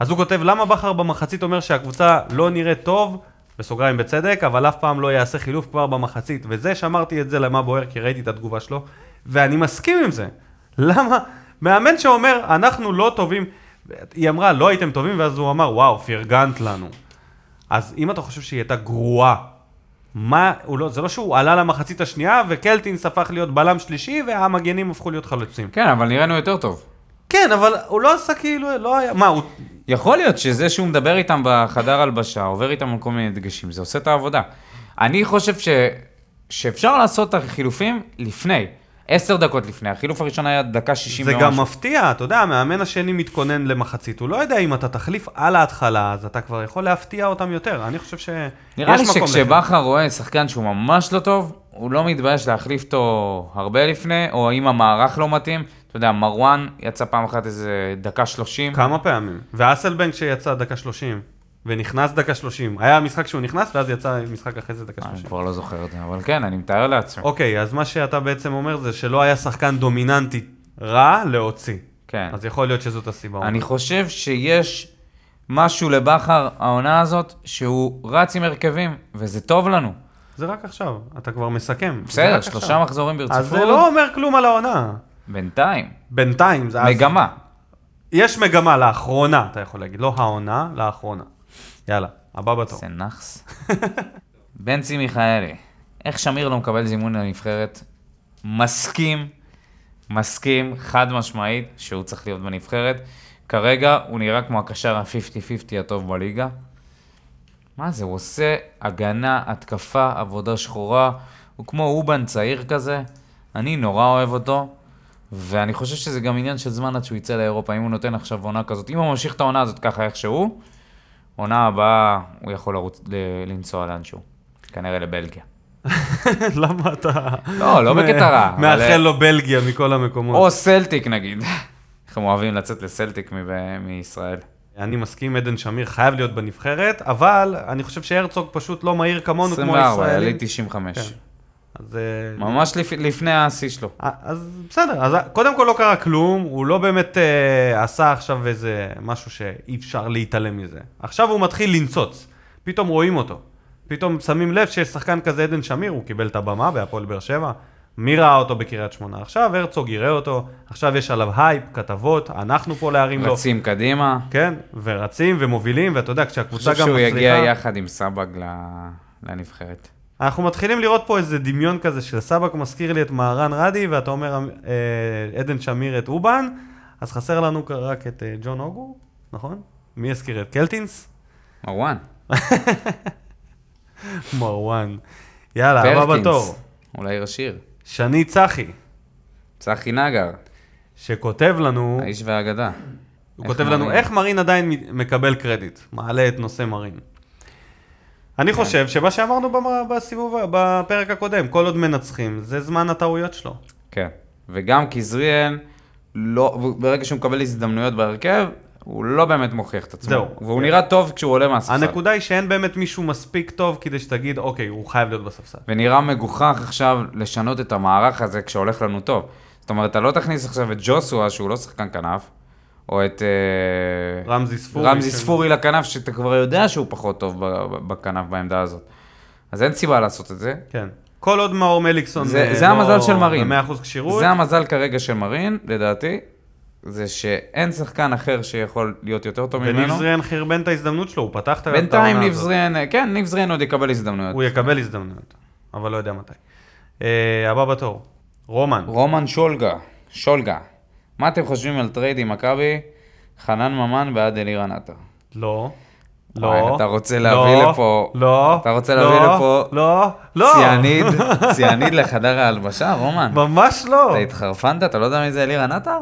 [SPEAKER 1] אז הוא כותב, למה בכר במחצית אומר שהקבוצה לא נראית טוב, בסוגריים בצדק, אבל אף פעם לא יעשה חילוף כבר במחצית. וזה, שמרתי את זה למה בוער, כי ראיתי את התגובה שלו, ואני מסכים עם זה. למה? מאמן שאומר, אנחנו לא טובים, היא אמרה, לא הייתם טובים, ואז הוא אמר, וואו, פרגנת לנו. אז אם אתה חושב שהיא הייתה גרועה, מה, הוא לא, זה לא שהוא עלה למחצית השנייה, וקלטינס הפך להיות בלם שלישי, והמגנים הפכו להיות חלוצים.
[SPEAKER 2] כן, אבל נראינו יותר טוב.
[SPEAKER 1] כן, אבל הוא לא עשה כאילו, לא היה, מה, הוא
[SPEAKER 2] יכול להיות שזה שהוא מדבר איתם בחדר הלבשה, עובר איתם על כל מיני דגשים, זה עושה את העבודה. אני חושב ש... שאפשר לעשות את החילופים לפני, עשר דקות לפני, החילוף הראשון היה דקה שישים
[SPEAKER 1] זה גם מפתיע, אתה יודע, המאמן השני מתכונן למחצית, הוא לא יודע אם אתה תחליף על ההתחלה, אז אתה כבר יכול להפתיע אותם יותר. אני חושב ש...
[SPEAKER 2] נראה לי
[SPEAKER 1] יש מקום
[SPEAKER 2] שכשבכר רואה שחקן שהוא ממש לא טוב, הוא לא מתבייש להחליף אותו הרבה לפני, או אם המערך לא מתאים. אתה יודע, מרואן יצא פעם אחת איזה דקה שלושים.
[SPEAKER 1] לזה. כמה פעמים. ואסלבנק שיצא דקה 30, ונכנס דקה 30. היה משחק שהוא נכנס, ואז יצא משחק אחרי זה דקה
[SPEAKER 2] אני
[SPEAKER 1] 30.
[SPEAKER 2] כבר לא זוכר את זה, אבל כן, אני מתאר לעצמי.
[SPEAKER 1] אוקיי, אז מה שאתה בעצם אומר זה שלא היה שחקן דומיננטי רע להוציא.
[SPEAKER 2] כן.
[SPEAKER 1] אז יכול להיות שזאת הסיבה.
[SPEAKER 2] אני חושב שיש משהו לבכר העונה הזאת, שהוא רץ עם הרכבים, וזה טוב לנו.
[SPEAKER 1] זה רק עכשיו, אתה כבר מסכם. זה
[SPEAKER 2] בסדר,
[SPEAKER 1] רק
[SPEAKER 2] שלושה
[SPEAKER 1] עכשיו.
[SPEAKER 2] מחזורים ברציפות.
[SPEAKER 1] אז זה לא אומר כלום על העונה.
[SPEAKER 2] בינתיים.
[SPEAKER 1] בינתיים, זה אז-
[SPEAKER 2] מגמה.
[SPEAKER 1] יש מגמה לאחרונה, אתה יכול להגיד, לא העונה, לאחרונה. יאללה, הבא בתור.
[SPEAKER 2] זה נאחס. בנצי מיכאלי, איך שמיר לא מקבל זימון לנבחרת? מסכים, מסכים, חד משמעית, שהוא צריך להיות בנבחרת. כרגע הוא נראה כמו הקשר ה-50-50 הטוב בליגה. מה זה, הוא עושה הגנה, התקפה, עבודה שחורה. הוא כמו אובן צעיר כזה. אני נורא אוהב אותו. ואני חושב שזה גם עניין של זמן עד שהוא יצא לאירופה. אם הוא נותן עכשיו עונה כזאת, אם הוא ממשיך את העונה הזאת ככה איך שהוא, עונה הבאה הוא יכול לרוץ, ל- לנסוע לאנשהו. כנראה לבלגיה.
[SPEAKER 1] למה אתה...
[SPEAKER 2] לא, לא
[SPEAKER 1] מ-
[SPEAKER 2] בקטע רע, אבל-
[SPEAKER 1] מאחל לו בלגיה מכל המקומות.
[SPEAKER 2] או סלטיק נגיד. איך הם אוהבים לצאת לסלטיק מב- מישראל.
[SPEAKER 1] אני מסכים, עדן שמיר חייב להיות בנבחרת, אבל אני חושב שהרצוג פשוט לא מהיר כמונו כמו
[SPEAKER 2] 24,
[SPEAKER 1] ישראלים.
[SPEAKER 2] יליד 95.
[SPEAKER 1] כן. אז... אה,
[SPEAKER 2] ממש לפ- לפני השיא שלו.
[SPEAKER 1] אה, אז בסדר, אז קודם כל לא קרה כלום, הוא לא באמת אה, עשה עכשיו איזה משהו שאי אפשר להתעלם מזה. עכשיו הוא מתחיל לנצוץ, פתאום רואים אותו. פתאום שמים לב שיש שחקן כזה עדן שמיר, הוא קיבל את הבמה בהפועל באר שבע. מי ראה אותו בקריית שמונה? עכשיו הרצוג יראה אותו, עכשיו יש עליו הייפ, כתבות, אנחנו פה להרים לו.
[SPEAKER 2] רצים קדימה.
[SPEAKER 1] כן, ורצים ומובילים, ואתה יודע,
[SPEAKER 2] אני
[SPEAKER 1] כשהקבוצה
[SPEAKER 2] חושב
[SPEAKER 1] גם מצליחה...
[SPEAKER 2] שהוא יגיע יחד עם סבג ל- לנבחרת.
[SPEAKER 1] אנחנו מתחילים לראות פה איזה דמיון כזה של סבק מזכיר לי את מהרן רדי, ואתה אומר אה, עדן שמיר את אובן, אז חסר לנו כ- רק את אה, ג'ון אוגו, נכון? מי יזכיר את קלטינס?
[SPEAKER 2] מרואן.
[SPEAKER 1] מרואן. יאללה, הבא בתור.
[SPEAKER 2] פרקינס. אולי רשיר.
[SPEAKER 1] שני צחי,
[SPEAKER 2] צחי נגר.
[SPEAKER 1] שכותב לנו,
[SPEAKER 2] האיש והאגדה.
[SPEAKER 1] הוא
[SPEAKER 2] איך
[SPEAKER 1] כותב לנו
[SPEAKER 2] מראים?
[SPEAKER 1] איך מרין עדיין מ- מקבל קרדיט, מעלה את נושא מרין.
[SPEAKER 2] כן.
[SPEAKER 1] אני חושב שמה שאמרנו במ- בסיבוב, בפרק הקודם, כל עוד מנצחים, זה זמן הטעויות שלו.
[SPEAKER 2] כן. וגם קיזריאל, לא, ברגע שהוא מקבל הזדמנויות בהרכב, הוא לא באמת מוכיח את עצמו.
[SPEAKER 1] זהו.
[SPEAKER 2] והוא נראה טוב כשהוא עולה מהספסל.
[SPEAKER 1] הנקודה היא שאין באמת מישהו מספיק טוב כדי שתגיד, אוקיי, הוא חייב להיות בספסל.
[SPEAKER 2] ונראה מגוחך עכשיו לשנות את המערך הזה כשהולך לנו טוב. זאת אומרת, אתה לא תכניס עכשיו את ג'וסווה, שהוא לא שחקן כנף, או את... אה,
[SPEAKER 1] רמזי ספורי.
[SPEAKER 2] רמזי
[SPEAKER 1] ש-
[SPEAKER 2] ספורי לכנף, שאתה כבר יודע שהוא פחות טוב ב- ב- בכנף בעמדה הזאת. אז אין סיבה לעשות את זה.
[SPEAKER 1] כן. כל עוד מאור מליקסון
[SPEAKER 2] זה,
[SPEAKER 1] אה,
[SPEAKER 2] זה
[SPEAKER 1] לא
[SPEAKER 2] המזל של מרין.
[SPEAKER 1] ב-100% כשירות,
[SPEAKER 2] זה המזל כרגע של מרין, לדעתי, זה שאין שחקן אחר שיכול להיות יותר טוב
[SPEAKER 1] וניב
[SPEAKER 2] ממנו.
[SPEAKER 1] זריאן חרבן את ההזדמנות שלו, הוא פתח את העונה הזאת.
[SPEAKER 2] בינתיים ניב זריאן, כן, ניב זריאן עוד יקבל הזדמנויות.
[SPEAKER 1] הוא יקבל הזדמנויות, אבל לא יודע מתי. אה, הבא בתור, רומן.
[SPEAKER 2] רומן שולגה, שולגה, מה אתם חושבים על טרייד עם מכבי? חנן ממן בעד אלירן עטר.
[SPEAKER 1] לא.
[SPEAKER 2] וואי,
[SPEAKER 1] לא.
[SPEAKER 2] אתה רוצה להביא
[SPEAKER 1] לא,
[SPEAKER 2] לפה-
[SPEAKER 1] לא.
[SPEAKER 2] אתה רוצה
[SPEAKER 1] לא,
[SPEAKER 2] להביא לפה-
[SPEAKER 1] לא. לא.
[SPEAKER 2] ציאניד, ציאניד לחדר ההלבשה, רומן.
[SPEAKER 1] ממש לא.
[SPEAKER 2] אתה התחרפנת? אתה לא יודע מי זה אלירן עטר?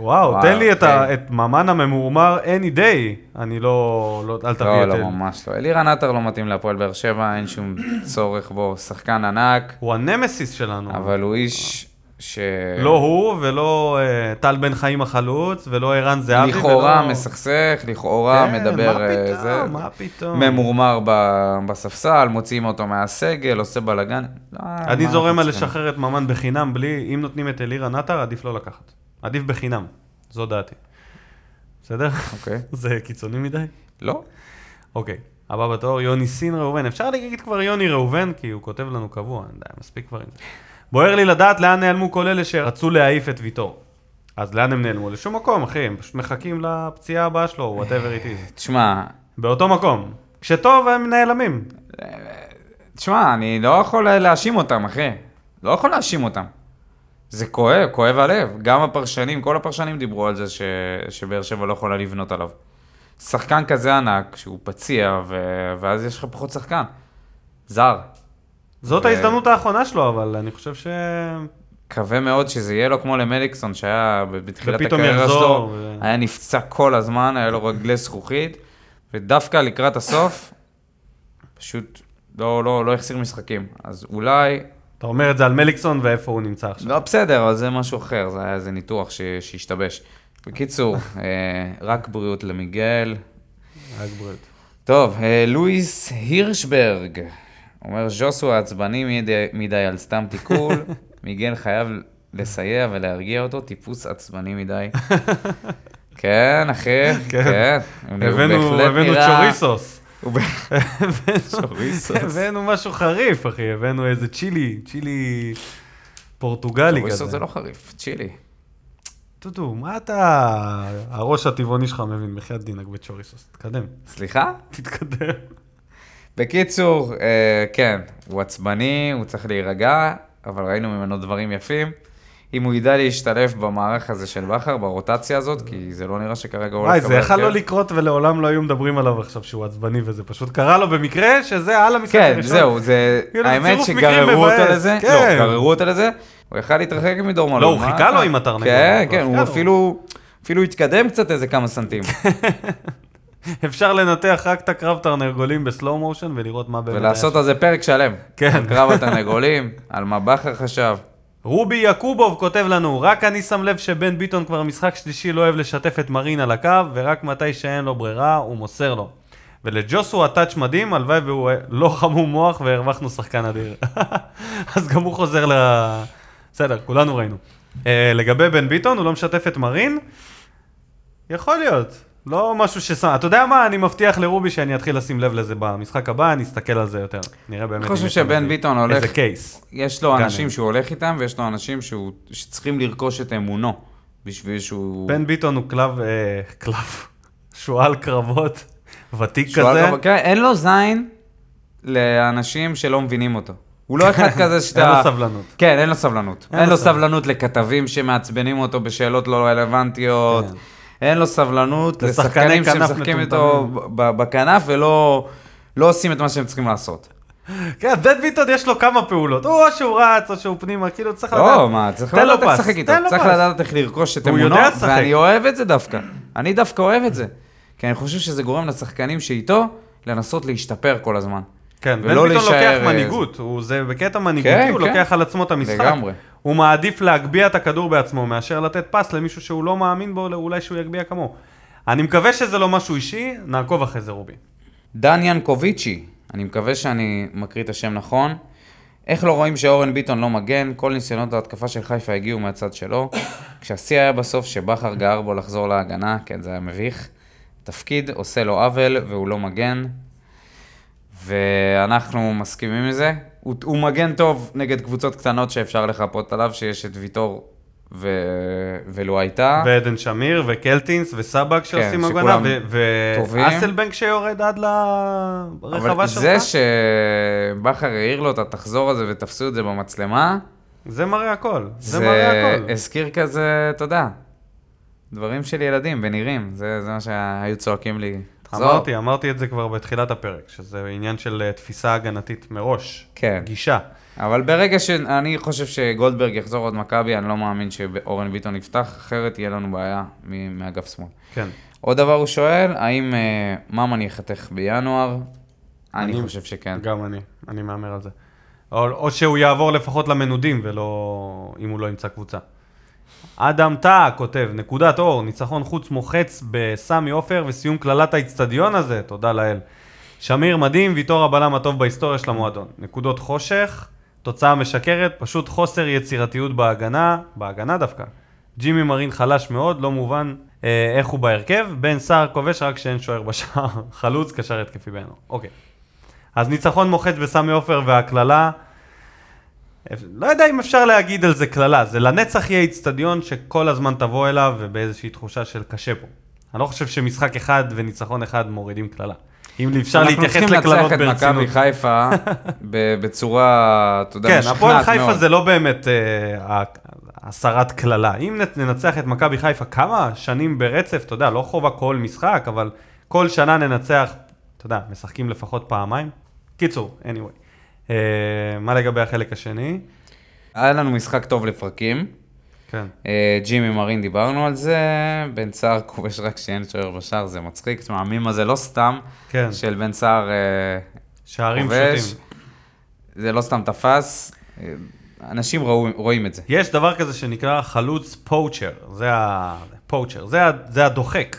[SPEAKER 1] וואו,
[SPEAKER 2] וואו,
[SPEAKER 1] תן לי את ה-
[SPEAKER 2] כן.
[SPEAKER 1] את ממן הממורמר any day. אני לא... לא- אל תביא
[SPEAKER 2] לא,
[SPEAKER 1] את...
[SPEAKER 2] לא,
[SPEAKER 1] אל.
[SPEAKER 2] ממש לא. אלירן עטר לא מתאים להפועל באר שבע, אין שום צורך בו, שחקן ענק,
[SPEAKER 1] הוא הנמסיס שלנו.
[SPEAKER 2] אבל אה, הוא איש ש...
[SPEAKER 1] לא הוא ולא אה, טל בן חיים החלוץ, ולא ערן זהבי.
[SPEAKER 2] לכאורה
[SPEAKER 1] ולא-
[SPEAKER 2] מסכסך, לכאורה
[SPEAKER 1] כן,
[SPEAKER 2] מדבר...
[SPEAKER 1] מה
[SPEAKER 2] אה,
[SPEAKER 1] פתאום,
[SPEAKER 2] זה-
[SPEAKER 1] מה פתאום.
[SPEAKER 2] ממורמר ב- בספסל, מוציאים אותו מהסגל, עושה בלאגן. לא,
[SPEAKER 1] אני זורם על לשחרר את ממן בחינם בלי, אם נותנים את אלירן עטר, עדיף לא לקחת. עדיף בחינם, זו דעתי. בסדר?
[SPEAKER 2] אוקיי.
[SPEAKER 1] זה קיצוני מדי?
[SPEAKER 2] לא?
[SPEAKER 1] אוקיי. הבא בתור, יוני סין ראובן. אפשר להגיד כבר יוני ראובן, כי הוא כותב לנו קבוע, די, מספיק כבר עם זה. בוער לי לדעת לאן נעלמו כל אלה שרצו להעיף את ויטור. אז לאן הם נעלמו? לשום מקום, אחי, הם פשוט מחכים לפציעה הבאה שלו, וואטאבר it is.
[SPEAKER 2] תשמע,
[SPEAKER 1] באותו מקום. כשטוב הם נעלמים.
[SPEAKER 2] תשמע, אני לא יכול להאשים אותם, אחי. לא יכול להאשים אותם. זה כואב, כואב הלב. גם הפרשנים, כל הפרשנים דיברו על זה ש... שבאר שבע לא יכולה לבנות עליו. שחקן כזה ענק, שהוא פציע, ו... ואז יש לך פחות שחקן. זר.
[SPEAKER 1] זאת
[SPEAKER 2] ו-
[SPEAKER 1] ההזדמנות האחרונה שלו, אבל אני חושב ש...
[SPEAKER 2] מקווה מאוד שזה יהיה לו כמו למליקסון, שהיה ב- בתחילת
[SPEAKER 1] ופתאום
[SPEAKER 2] הקריירה
[SPEAKER 1] יחזור,
[SPEAKER 2] שלו,
[SPEAKER 1] ו-
[SPEAKER 2] היה נפצע כל הזמן, היה לו רגלי זכוכית, ודווקא לקראת הסוף, פשוט לא, לא, לא החסיר משחקים. אז אולי,
[SPEAKER 1] אתה אומר את זה על מליקסון ואיפה הוא נמצא עכשיו.
[SPEAKER 2] לא בסדר, אבל זה משהו אחר, זה היה איזה ניתוח ש... שהשתבש. בקיצור, אה, רק בריאות למיגל.
[SPEAKER 1] רק בריאות.
[SPEAKER 2] טוב, אה, לואיס הירשברג אומר, ז'וסו עצבני מדי, מדי על סתם תיקול, מיגל חייב לסייע ולהרגיע אותו, טיפוס עצבני מדי. כן, אחי,
[SPEAKER 1] כן.
[SPEAKER 2] כן. הוא
[SPEAKER 1] הבאנו
[SPEAKER 2] בהחלט
[SPEAKER 1] הבאנו
[SPEAKER 2] נראה-
[SPEAKER 1] צ'וריסוס.
[SPEAKER 2] הוא ב-
[SPEAKER 1] הבאנו- הבאנו משהו חריף, אחי, הבאנו איזה צ'ילי, צ'ילי פורטוגלי
[SPEAKER 2] צ'וריסוס
[SPEAKER 1] כזה.
[SPEAKER 2] זה לא חריף, צ'ילי.
[SPEAKER 1] טודו, מה אתה... הראש הטבעוני שלך מבין, בחייאת דינק בצ'וריסוס. תתקדם,
[SPEAKER 2] סליחה?
[SPEAKER 1] תתקדם.
[SPEAKER 2] בקיצור, אה, כן, הוא עצבני, הוא צריך להירגע, אבל ראינו ממנו דברים יפים. אם הוא ידע להשתלב במערך הזה של בכר, ברוטציה הזאת, כי זה לא נראה שכרגע הוא
[SPEAKER 1] וואי, זה יכל
[SPEAKER 2] הרכב.
[SPEAKER 1] לא לקרות ולעולם לא היו מדברים עליו עכשיו שהוא עצבני וזה פשוט קרה לו במקרה שזה על המשחק
[SPEAKER 2] כן,
[SPEAKER 1] הראשון.
[SPEAKER 2] זהו, זה...
[SPEAKER 1] כאילו, זה
[SPEAKER 2] האמת
[SPEAKER 1] צירוף מקרים
[SPEAKER 2] שגררו אותו
[SPEAKER 1] מבאס,
[SPEAKER 2] לזה.
[SPEAKER 1] כן.
[SPEAKER 2] לא, גררו אותו לזה. הוא יכל להתרחק מדור מלון.
[SPEAKER 1] לא, הוא
[SPEAKER 2] מה
[SPEAKER 1] חיכה
[SPEAKER 2] אתה?
[SPEAKER 1] לו עם התרנגול,
[SPEAKER 2] כן,
[SPEAKER 1] הוא
[SPEAKER 2] כן,
[SPEAKER 1] חיכה
[SPEAKER 2] הוא
[SPEAKER 1] לו. כן,
[SPEAKER 2] אפילו... אפילו התקדם קצת איזה כמה סנטים,
[SPEAKER 1] אפשר לנתח רק את הקרב תרנגולים בסלואו מושן ולראות מה באמת היה.
[SPEAKER 2] ולעשות על זה פרק שלם.
[SPEAKER 1] כן.
[SPEAKER 2] על קרב התרנגולים, על מה בכר חשב.
[SPEAKER 1] רובי יעקובוב כותב לנו, רק אני שם לב שבן ביטון כבר משחק שלישי לא אוהב לשתף את מרין על הקו, ורק מתי שאין לו ברירה, הוא מוסר לו. ולג'וסו הטאץ' מדהים, הלוואי והוא לא חמום מוח והרווחנו שחקן אדיר. אז גם הוא חוזר ל... בסדר, כולנו ראינו. אה, לגבי בן ביטון, הוא לא משתף את מרין? יכול להיות. לא משהו ששם... אתה יודע מה? אני מבטיח לרובי שאני אתחיל לשים לב לזה במשחק הבא, אני אסתכל על זה יותר. נראה באמת...
[SPEAKER 2] אני
[SPEAKER 1] אם
[SPEAKER 2] חושב
[SPEAKER 1] יש לנו
[SPEAKER 2] שבן
[SPEAKER 1] איזה-
[SPEAKER 2] ביטון הולך-
[SPEAKER 1] איזה קייס.
[SPEAKER 2] יש לו
[SPEAKER 1] גאנם.
[SPEAKER 2] אנשים שהוא הולך איתם, ויש לו אנשים שהוא- שצריכים לרכוש את אמונו, בשביל שהוא...
[SPEAKER 1] בן ביטון הוא קלב, אה, קלב, שועל קרבות, ותיק
[SPEAKER 2] שהוא
[SPEAKER 1] כזה.
[SPEAKER 2] על רב- כן, אין לו זין לאנשים שלא מבינים אותו. הוא לא אחד כזה שאתה...
[SPEAKER 1] אין לו סבלנות.
[SPEAKER 2] כן, אין לו סבלנות.
[SPEAKER 1] אין
[SPEAKER 2] אין
[SPEAKER 1] לו
[SPEAKER 2] לו
[SPEAKER 1] סבלנות.
[SPEAKER 2] סבלנות לכתבים שמעצבנים אותו בשאלות לא רלוונטיות.
[SPEAKER 1] כן.
[SPEAKER 2] אין לו סבלנות
[SPEAKER 1] לשחקני
[SPEAKER 2] לשחקנים
[SPEAKER 1] כנף
[SPEAKER 2] שמשחקים איתו ב- ב- בכנף ולא לא עושים את מה שהם צריכים לעשות.
[SPEAKER 1] כן, בן ביטון יש לו כמה פעולות, או שהוא רץ או שהוא פנימה, כאילו צריך לדעת.
[SPEAKER 2] לא, מה, צריך
[SPEAKER 1] תן לו
[SPEAKER 2] לדעת איך
[SPEAKER 1] פס,
[SPEAKER 2] לשחק איתו.
[SPEAKER 1] תן לו
[SPEAKER 2] צריך
[SPEAKER 1] פס.
[SPEAKER 2] לדעת איך לרכוש את
[SPEAKER 1] הוא
[SPEAKER 2] אמונו,
[SPEAKER 1] יודע לשחק.
[SPEAKER 2] ואני אוהב את זה דווקא. אני דווקא אוהב את זה. כי אני חושב שזה גורם לשחקנים שאיתו לנסות להשתפר כל הזמן.
[SPEAKER 1] כן, בן
[SPEAKER 2] ולא
[SPEAKER 1] ביטון לוקח
[SPEAKER 2] להישאר, אה,
[SPEAKER 1] מנהיגות, הוא- זה בקטע מנהיגותי,
[SPEAKER 2] כן,
[SPEAKER 1] הוא
[SPEAKER 2] כן.
[SPEAKER 1] לוקח על עצמו את המשחק.
[SPEAKER 2] לגמרי.
[SPEAKER 1] הוא מעדיף להגביה את הכדור בעצמו מאשר לתת פס למישהו שהוא לא מאמין בו, אולי שהוא יגביה כמוהו. אני מקווה שזה לא משהו אישי, נעקוב אחרי זה רובי.
[SPEAKER 2] דן ינקוביצ'י, אני מקווה שאני מקריא את השם נכון. איך לא רואים שאורן ביטון לא מגן? כל ניסיונות ההתקפה של חיפה הגיעו מהצד שלו. כשהשיא היה בסוף שבכר גער בו לחזור להגנה, כן, זה היה מביך. תפקיד עושה לו עוול והוא לא מגן. ואנחנו מסכימים עם זה. הוא, הוא מגן טוב נגד קבוצות קטנות שאפשר לחפות עליו, שיש את ויטור ו... ולו הייתה.
[SPEAKER 1] ועדן שמיר, וקלטינס, וסבק שעושים
[SPEAKER 2] כן, שכולם
[SPEAKER 1] הגנה,
[SPEAKER 2] טובים.
[SPEAKER 1] ואסלבנק שיורד עד
[SPEAKER 2] אבל
[SPEAKER 1] לרחבה שלך.
[SPEAKER 2] זה שבכר העיר לו את התחזור הזה ותפסו את זה במצלמה,
[SPEAKER 1] זה מראה הכל, זה מראה
[SPEAKER 2] זה
[SPEAKER 1] הכל.
[SPEAKER 2] הזכיר כזה, אתה יודע, דברים של ילדים ונראים, זה זה מה שהיו צועקים לי. תחזור.
[SPEAKER 1] אמרתי, אמרתי את זה כבר בתחילת הפרק, שזה עניין של אה, תפיסה הגנתית מראש.
[SPEAKER 2] כן.
[SPEAKER 1] גישה.
[SPEAKER 2] אבל ברגע שאני חושב שגולדברג יחזור עוד מכבי, אני לא מאמין שאורן ביטון יפתח, אחרת תהיה לנו בעיה מ- מאגף שמאל.
[SPEAKER 1] כן.
[SPEAKER 2] עוד דבר הוא שואל, האם אה, ממן ייחתך בינואר? אני חושב שכן.
[SPEAKER 1] גם אני, אני מהמר על זה. או, או שהוא יעבור לפחות למנודים, ולא... אם הוא לא ימצא קבוצה. אדם טאה כותב, נקודת אור, ניצחון חוץ מוחץ בסמי עופר וסיום קללת האיצטדיון הזה, תודה לאל. שמיר מדהים, ויטור הבלם הטוב בהיסטוריה של המועדון. נקודות חושך, תוצאה משקרת, פשוט חוסר יצירתיות בהגנה, בהגנה דווקא. ג'ימי מרין חלש מאוד, לא מובן אה, איך הוא בהרכב. בן סער כובש רק שאין שוער בשער, חלוץ, קשר התקפי בעינו. אוקיי. אז ניצחון מוחץ בסמי עופר והקללה. לא יודע אם אפשר להגיד על זה קללה, זה לנצח יהיה איצטדיון שכל הזמן תבוא אליו ובאיזושהי תחושה של קשה פה. אני לא חושב שמשחק אחד וניצחון אחד מורידים קללה. אם אפשר להתייחס לקללות
[SPEAKER 2] אנחנו צריכים לנצח את מכבי
[SPEAKER 1] ברצינות.
[SPEAKER 2] חיפה ב- בצורה, אתה יודע,
[SPEAKER 1] כן,
[SPEAKER 2] משכנעת מאוד.
[SPEAKER 1] הפועל חיפה זה לא באמת אה, ה- הסרת קללה. אם נ- ננצח את מכבי חיפה כמה שנים ברצף, אתה יודע, לא חובה כל משחק, אבל כל שנה ננצח, אתה יודע, משחקים לפחות פעמיים. קיצור, anyway. אה, מה לגבי החלק השני?
[SPEAKER 2] היה לנו משחק טוב לפרקים.
[SPEAKER 1] כן.
[SPEAKER 2] אה, ג'ימי מרין דיברנו על זה, בן סער כובש רק שאין שוער בשער, זה מצחיק. תשמע, המים הזה לא סתם,
[SPEAKER 1] כן.
[SPEAKER 2] של בן סער אה,
[SPEAKER 1] שערים
[SPEAKER 2] כובש.
[SPEAKER 1] פשוטים.
[SPEAKER 2] זה לא סתם תפס, אה, אנשים ראו, רואים את זה.
[SPEAKER 1] יש דבר כזה שנקרא חלוץ פואוצ'ר, זה ה... פואוצ'ר, זה, ה... זה הדוחק.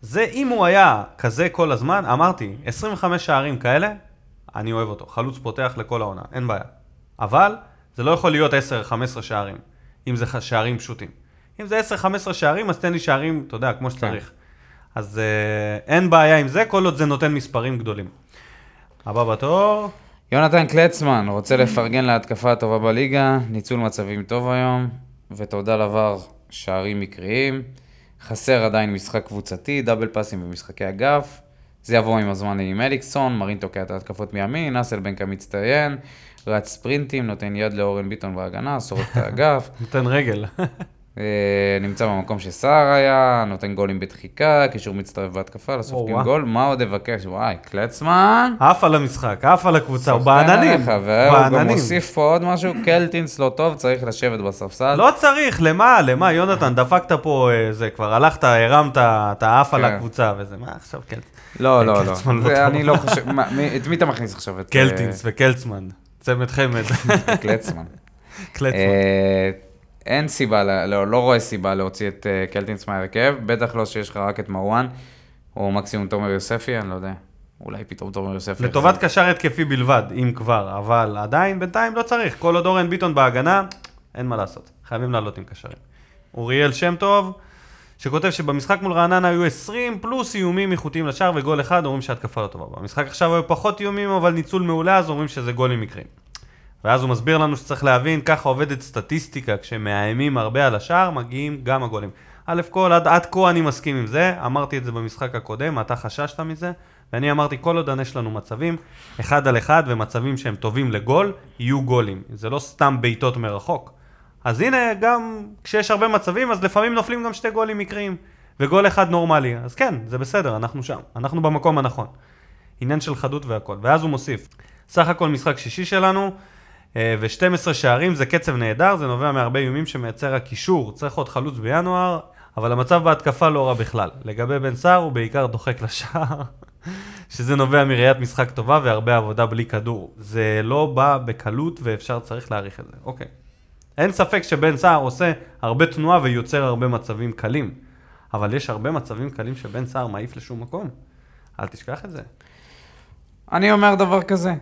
[SPEAKER 1] זה, אם הוא היה כזה כל הזמן, אמרתי, 25 שערים כאלה, אני אוהב אותו. חלוץ פותח לכל העונה, אין בעיה. אבל, זה לא יכול להיות 10-15 שערים, אם זה ח- שערים פשוטים. אם זה 10-15 שערים, אז תן לי שערים, אתה יודע, כמו שצריך. אז אה, אין בעיה עם זה, כל עוד זה נותן מספרים גדולים. הבא בתור,
[SPEAKER 2] יונתן קלצמן רוצה לפרגן להתקפה הטובה בליגה, ניצול מצבים טוב היום, ותודה לבר, שערים מקריים. חסר עדיין משחק קבוצתי, דאבל פאסים ומשחקי אגף. זה יבוא עם הזמן עם אליקסון, מרין תוקע את ההתקפות מימין, אסל בנקה מצטיין, רץ ספרינטים, נותן יד לאורן ביטון בהגנה, שורף את האגף.
[SPEAKER 1] נותן רגל.
[SPEAKER 2] אה, נמצא במקום שסער היה, נותן גולים בדחיקה, קישור מצטרף בהתקפה, לסופגים
[SPEAKER 1] או-אה.
[SPEAKER 2] גול, מה עוד אבקש? וואי, קלצמן.
[SPEAKER 1] עף על המשחק, עף על הקבוצה, הוא
[SPEAKER 2] סחטיין
[SPEAKER 1] בעננים.
[SPEAKER 2] עליך, והוא גם
[SPEAKER 1] בעננים.
[SPEAKER 2] מוסיף פה עוד משהו, קלטינס לא טוב, צריך לשבת בספסל.
[SPEAKER 1] לא צריך, למה, למה, יונתן, דפקת פה, אה, זה, כבר הלכת, הרמת, אתה עף על
[SPEAKER 2] כן.
[SPEAKER 1] הקבוצה וזה, מה עכשיו קלטינס?
[SPEAKER 2] לא, לא, לא.
[SPEAKER 1] קלטינס לא
[SPEAKER 2] זה
[SPEAKER 1] טוב.
[SPEAKER 2] אני לא חושב, מה, מי- את מי אתה מכניס עכשיו? את,
[SPEAKER 1] קלטינס וקלצמן, צמד חמד,
[SPEAKER 2] אה, קלצמן.
[SPEAKER 1] קלצמן.
[SPEAKER 2] אה, אין סיבה, ל- לא, לא רואה סיבה להוציא את אה, קלטינס מההרכב, בטח לא שיש לך רק את מרואן, או מקסימום תומר יוספי, אני לא יודע. אולי פתאום תומר יוספי.
[SPEAKER 1] לטובת
[SPEAKER 2] יחזור.
[SPEAKER 1] קשר התקפי בלבד, אם כבר, אבל עדיין, בינתיים לא צריך. כל עוד אורן ביטון בהגנה, אין מה לעשות, חייבים לעלות עם קשרים. אוריאל שם טוב, שכותב שבמשחק מול רעננה היו 20 פלוס איומים איכותיים לשער וגול אחד, אומרים שההתקפה לא טובה. במשחק עכשיו היו פחות איומים, אבל ניצול מעולה, אז אומרים שזה גולים מקריים. ואז הוא מסביר לנו שצריך להבין, ככה עובדת סטטיסטיקה, כשמאיימים הרבה על השער, מגיעים גם הגולים. א' כל, עד, עד כה אני מסכים עם זה, אמרתי את זה במשחק הקודם, אתה חששת מזה, ואני אמרתי, כל עוד יש לנו מצבים, אחד על אחד, ומצבים שהם טובים לגול, יהיו גולים. זה לא סתם בעיטות מרחוק. אז הנה, גם כשיש הרבה מצבים, אז לפעמים נופלים גם שתי גולים מקריים, וגול אחד נורמלי. אז כן, זה בסדר, אנחנו שם, אנחנו במקום הנכון. עניין של חדות והכל. ואז הוא מוסיף, סך הכל משחק שישי שלנו, אה, ו-12 שערים זה קצב נהדר, זה נובע מהרבה איומים שמייצר הקישור, צריך עוד חלוץ בינואר, אבל המצב בהתקפה לא רע בכלל. לגבי בן סער, הוא בעיקר דוחק לשער, שזה נובע מראיית משחק טובה והרבה עבודה בלי כדור. זה לא בא בקלות ואפשר, צריך להעריך את זה. אוקיי. אין ספק שבן סער עושה הרבה תנועה ויוצר הרבה מצבים קלים, אבל יש הרבה מצבים קלים שבן סער מעיף לשום מקום. אל תשכח את זה.
[SPEAKER 2] אני אומר דבר כזה.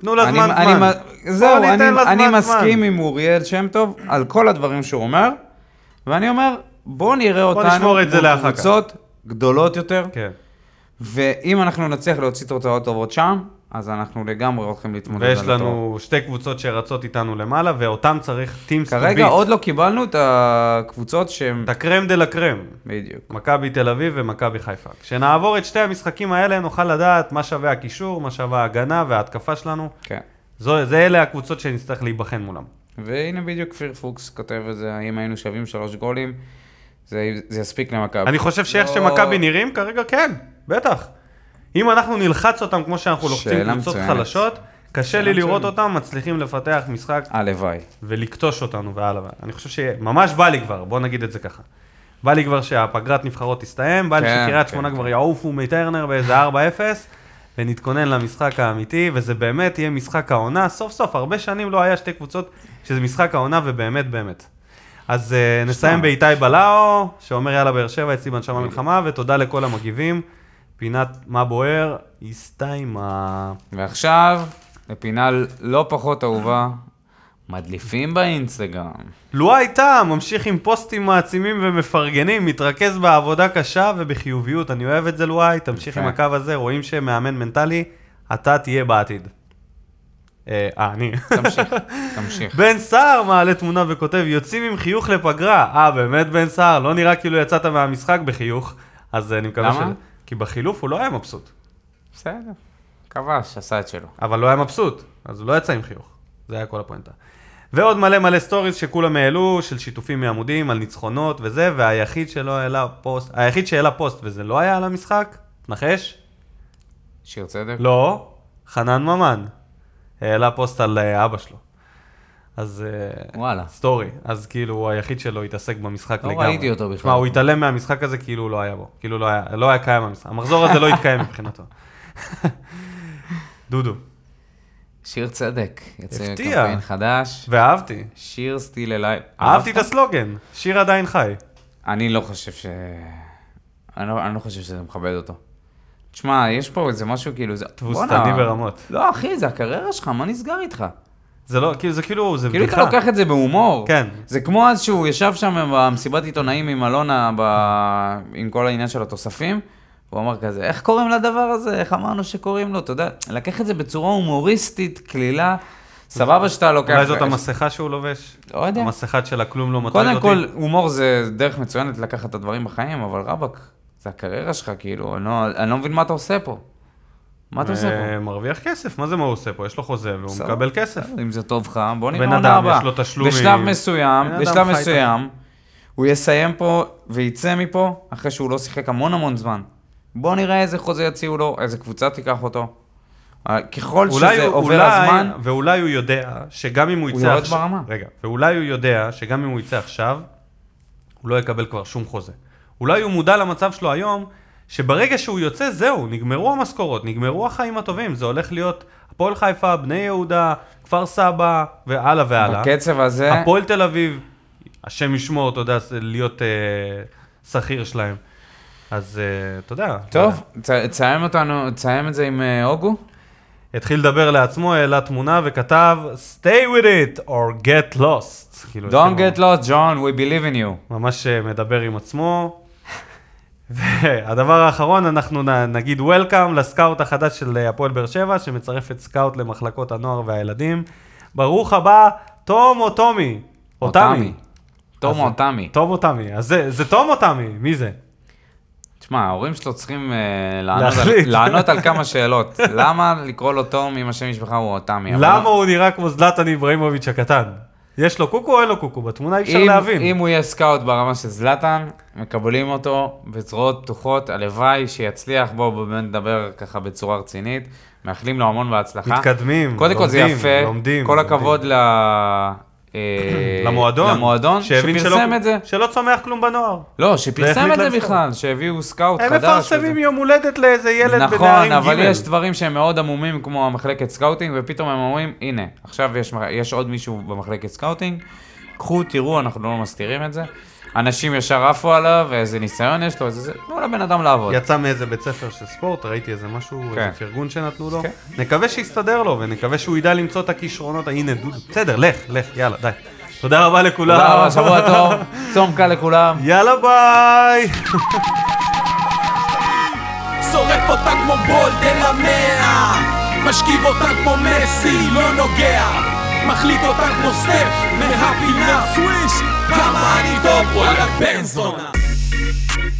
[SPEAKER 1] תנו לה
[SPEAKER 2] אני-
[SPEAKER 1] זמן
[SPEAKER 2] אני
[SPEAKER 1] זמן.
[SPEAKER 2] מ- זהו,
[SPEAKER 1] בוא
[SPEAKER 2] אני,
[SPEAKER 1] ניתן לה
[SPEAKER 2] אני
[SPEAKER 1] זמן
[SPEAKER 2] מסכים
[SPEAKER 1] זמן.
[SPEAKER 2] עם אוריאל שם טוב על כל הדברים שהוא אומר, ואני אומר, בוא נראה
[SPEAKER 1] בוא
[SPEAKER 2] אותנו
[SPEAKER 1] נשמור את זה לאחר כך.
[SPEAKER 2] בקבוצות גדולות יותר,
[SPEAKER 1] כן.
[SPEAKER 2] ואם אנחנו נצליח להוציא תוצאות טובות שם, אז אנחנו לגמרי הולכים להתמודד
[SPEAKER 1] ויש
[SPEAKER 2] על התואר.
[SPEAKER 1] לנו שתי קבוצות שרצות איתנו למעלה, ואותם צריך teams to
[SPEAKER 2] כרגע
[SPEAKER 1] beat.
[SPEAKER 2] עוד לא קיבלנו את הקבוצות שהן...
[SPEAKER 1] את הקרם דה לה קרם.
[SPEAKER 2] בדיוק.
[SPEAKER 1] מכבי תל אביב ומכבי חיפה. כשנעבור את שתי המשחקים האלה נוכל לדעת מה שווה הקישור, מה שווה ההגנה וההתקפה שלנו.
[SPEAKER 2] כן.
[SPEAKER 1] זו, זה אלה הקבוצות שנצטרך להיבחן מולם.
[SPEAKER 2] והנה בדיוק כפיר פוקס כותב את זה, אם היינו שווים שלוש גולים, זה, זה יספיק למכבי.
[SPEAKER 1] אני חושב שאיך
[SPEAKER 2] לא-
[SPEAKER 1] שמכבי נראים כרגע, כן, בטח. אם אנחנו נלחץ אותם כמו שאנחנו לוחצים
[SPEAKER 2] שאלה
[SPEAKER 1] קבוצות
[SPEAKER 2] מצוינת.
[SPEAKER 1] חלשות, קשה לי
[SPEAKER 2] שאלה
[SPEAKER 1] לראות
[SPEAKER 2] מצוינת.
[SPEAKER 1] אותם מצליחים לפתח משחק
[SPEAKER 2] הלוואי.
[SPEAKER 1] ולכתוש אותנו והלאה. אני חושב שממש בא לי כבר, בוא נגיד את זה ככה. בא לי כבר שהפגרת נבחרות תסתיים, בא לי
[SPEAKER 2] כן,
[SPEAKER 1] שקריית
[SPEAKER 2] כן.
[SPEAKER 1] שמונה כבר יעופו מטרנר באיזה 4-0, ונתכונן למשחק האמיתי, וזה באמת יהיה משחק העונה. סוף סוף, הרבה שנים לא היה שתי קבוצות שזה משחק העונה, ובאמת באמת. אז uh, נסיים באיתי בלאו, שאומר יאללה באר שבע, אצלי
[SPEAKER 2] אוקיי.
[SPEAKER 1] בנשמה מלחמה, ותודה לכל המגיבים. פינת מה בוער, הסתיימה.
[SPEAKER 2] ועכשיו, לפינה לא פחות אהובה, מדליפים באינסטגרם.
[SPEAKER 1] לו הייתה, ממשיך עם פוסטים מעצימים ומפרגנים, מתרכז בעבודה קשה ובחיוביות. אני אוהב את זה, לואי, תמשיך
[SPEAKER 2] יפה.
[SPEAKER 1] עם הקו הזה, רואים שמאמן מנטלי, אתה תהיה בעתיד. אה, אה, אני.
[SPEAKER 2] תמשיך, תמשיך.
[SPEAKER 1] בן סער מעלה תמונה וכותב, יוצאים עם חיוך לפגרה. אה, באמת, בן סער? לא נראה כאילו יצאת מהמשחק בחיוך, אז אה, אני מקווה
[SPEAKER 2] למה?
[SPEAKER 1] כי בחילוף הוא לא היה מבסוט.
[SPEAKER 2] בסדר, כבש, עשה את שלו.
[SPEAKER 1] אבל לא היה מבסוט, אז הוא לא יצא עם חיוך. זה היה כל הפואנטה. ועוד מלא מלא סטוריז שכולם העלו, של שיתופים מעמודים על ניצחונות וזה, והיחיד שלא העלה פוסט, היחיד שהעלה פוסט וזה לא היה על המשחק, נחש?
[SPEAKER 2] שיר צדק?
[SPEAKER 1] לא, חנן ממן. העלה פוסט על אה, אבא שלו. אז... אה,
[SPEAKER 2] וואלה.
[SPEAKER 1] סטורי. אז כאילו, הוא היחיד שלו התעסק במשחק
[SPEAKER 2] לא
[SPEAKER 1] לגמרי.
[SPEAKER 2] ראיתי אותו בכלל.
[SPEAKER 1] שמע, הוא התעלם מהמשחק הזה כאילו הוא לא היה בו. כאילו לא היה, לא היה קיים המשחק. המחזור הזה לא התקיים מבחינתו. דודו.
[SPEAKER 2] שיר צדק. יוצא
[SPEAKER 1] הפתיע.
[SPEAKER 2] קמפיין חדש.
[SPEAKER 1] ואהבתי.
[SPEAKER 2] שיר סטיל אלייב.
[SPEAKER 1] אהבתי את הסלוגן, שיר עדיין חי.
[SPEAKER 2] אני לא חושב ש... אני לא, אני לא חושב שזה מכבד אותו. תשמע, יש פה איזה משהו כאילו... זה...
[SPEAKER 1] תבוסתני
[SPEAKER 2] בואנה.
[SPEAKER 1] ברמות.
[SPEAKER 2] לא, אחי, זה הקריירה שלך, מה נסגר איתך?
[SPEAKER 1] זה לא, כאילו, זה כאילו, זה
[SPEAKER 2] כאילו
[SPEAKER 1] בדיחה.
[SPEAKER 2] אתה לוקח את זה בהומור.
[SPEAKER 1] כן.
[SPEAKER 2] זה כמו אז שהוא ישב שם במסיבת עיתונאים עם אלונה, ב... עם כל העניין של התוספים, והוא אמר כזה, איך קוראים לדבר הזה? איך אמרנו שקוראים לו? אתה יודע, לקח את זה בצורה הומוריסטית, קלילה. סבבה שאתה לוקח...
[SPEAKER 1] אולי זאת המסכה שהוא לובש?
[SPEAKER 2] לא יודע.
[SPEAKER 1] המסכה של הכלום לא מטריד
[SPEAKER 2] קודם
[SPEAKER 1] אותי?
[SPEAKER 2] כל, הומור זה דרך מצוינת לקחת את הדברים בחיים, אבל רבאק, זה הקריירה שלך, כאילו, אני לא, אני לא מבין מה אתה עושה פה. מה אתה עושה
[SPEAKER 1] אה,
[SPEAKER 2] פה?
[SPEAKER 1] מרוויח כסף, מה זה מה הוא עושה פה? יש לו חוזה והוא
[SPEAKER 2] בסדר,
[SPEAKER 1] מקבל כסף.
[SPEAKER 2] בסדר, אם זה טוב לך, בוא נראה
[SPEAKER 1] בן
[SPEAKER 2] עונה
[SPEAKER 1] אדם,
[SPEAKER 2] הבאה.
[SPEAKER 1] יש לו תשלומים.
[SPEAKER 2] בשלב מסוים,
[SPEAKER 1] בן אדם
[SPEAKER 2] בשלב
[SPEAKER 1] חי את
[SPEAKER 2] מסוים, הוא יסיים פה ויצא מפה, אחרי שהוא לא שיחק המון המון זמן. בוא נראה איזה חוזה יציעו לו, איזה קבוצה תיקח אותו. אה, ככל
[SPEAKER 1] אולי
[SPEAKER 2] שזה
[SPEAKER 1] הוא-
[SPEAKER 2] עובר
[SPEAKER 1] אולי-
[SPEAKER 2] הזמן,
[SPEAKER 1] ואולי הוא יודע שגם אם הוא
[SPEAKER 2] הוא
[SPEAKER 1] יצא...
[SPEAKER 2] יורד
[SPEAKER 1] עכש-
[SPEAKER 2] ברמה.
[SPEAKER 1] רגע, ואולי הוא יודע שגם אם הוא יצא עכשיו, הוא לא יקבל כבר שום חוזה. אולי הוא מודע למצב שלו היום, שברגע שהוא יוצא, זהו, נגמרו המשכורות, נגמרו החיים הטובים, זה הולך להיות הפועל חיפה, בני יהודה, כפר סבא, והלאה והלאה.
[SPEAKER 2] בקצב הזה,
[SPEAKER 1] הפועל תל אביב, השם ישמור, אתה יודע, להיות אה, שכיר שלהם. אז אה, אתה יודע.
[SPEAKER 2] טוב, ת- תסיים אותנו, תסיים את זה עם אה, הוגו.
[SPEAKER 1] התחיל לדבר לעצמו, העלה תמונה וכתב, stay with it or get lost. כאילו,
[SPEAKER 2] Don't
[SPEAKER 1] כאילו,
[SPEAKER 2] get lost, John, we believe in you.
[SPEAKER 1] ממש אה, מדבר עם עצמו. והדבר האחרון, אנחנו נ- נגיד Welcome לסקאוט החדש של אה, הפועל באר שבע, שמצרף את סקאוט למחלקות הנוער והילדים. ברוך הבא, תום או תומי? או תמי.
[SPEAKER 2] תום או
[SPEAKER 1] אז-
[SPEAKER 2] תמי.
[SPEAKER 1] תום או תמי. אז זה, זה תום או תמי? מי זה?
[SPEAKER 2] תשמע, ההורים שלו צריכים אה, לענות על-
[SPEAKER 1] להחליט.
[SPEAKER 2] לענות על כמה שאלות. למה לקרוא לו תום אם השם משפחה הוא תמי? אבל-
[SPEAKER 1] למה הוא נראה כמו זלאטן איברהימוביץ' הקטן? יש לו קוקו או אין לו קוקו? בתמונה אי אפשר
[SPEAKER 2] אם-
[SPEAKER 1] להבין.
[SPEAKER 2] אם הוא יהיה סקאוט ברמה של זלאטן, מקבלים אותו בזרועות פתוחות, הלוואי שיצליח. בואו באמת נדבר ככה בצורה רצינית. מאחלים לו המון בהצלחה.
[SPEAKER 1] מתקדמים,
[SPEAKER 2] אה? קודם כל זה
[SPEAKER 1] לומדים,
[SPEAKER 2] יפה.
[SPEAKER 1] לומדים,
[SPEAKER 2] כל
[SPEAKER 1] לומדים.
[SPEAKER 2] הכבוד ל... אה,
[SPEAKER 1] למועדון,
[SPEAKER 2] למועדון,
[SPEAKER 1] שהבין
[SPEAKER 2] שפרסם
[SPEAKER 1] שלא,
[SPEAKER 2] את זה.
[SPEAKER 1] שלא צומח כלום בנוער.
[SPEAKER 2] לא, שפרסם
[SPEAKER 1] והחליט
[SPEAKER 2] את זה
[SPEAKER 1] לעשות.
[SPEAKER 2] בכלל, שהביאו סקאוט
[SPEAKER 1] הם
[SPEAKER 2] חדש. וזה.
[SPEAKER 1] מפרסמים יום הולדת לאיזה ילד בנערים ג'.
[SPEAKER 2] נכון, אבל יש דברים שהם מאוד עמומים, כמו המחלקת סקאוטינג, ופתאום הם אומרים, הנה, עכשיו יש, מח- יש עוד מישהו במחלקת סקאוטינג, קחו, תראו, אנחנו לא מסתירים את זה. אנשים ישר עפו עליו, איזה ניסיון יש לו, איזה זה, תנו לבן אדם לעבוד.
[SPEAKER 1] יצא מאיזה בית ספר של ספורט, ראיתי איזה משהו,
[SPEAKER 2] כן.
[SPEAKER 1] איזה פרגון שנתנו לו.
[SPEAKER 2] כן.
[SPEAKER 1] נקווה שיסתדר לו, ונקווה שהוא ידע למצוא את הכישרונות. הנה, דודו. בסדר, לך, לך, יאללה, די. תודה רבה לכולם.
[SPEAKER 2] תודה רבה, שבוע טוב, צום קל לכולם.
[SPEAKER 1] יאללה, ביי.
[SPEAKER 5] שורף אותה כמו בולד אל המאה משכיב אותה כמו מסי, לא נוגע מחליט אותה כמו סטף מהפינה סוויש כמה אני טוב, וואלה בן זונה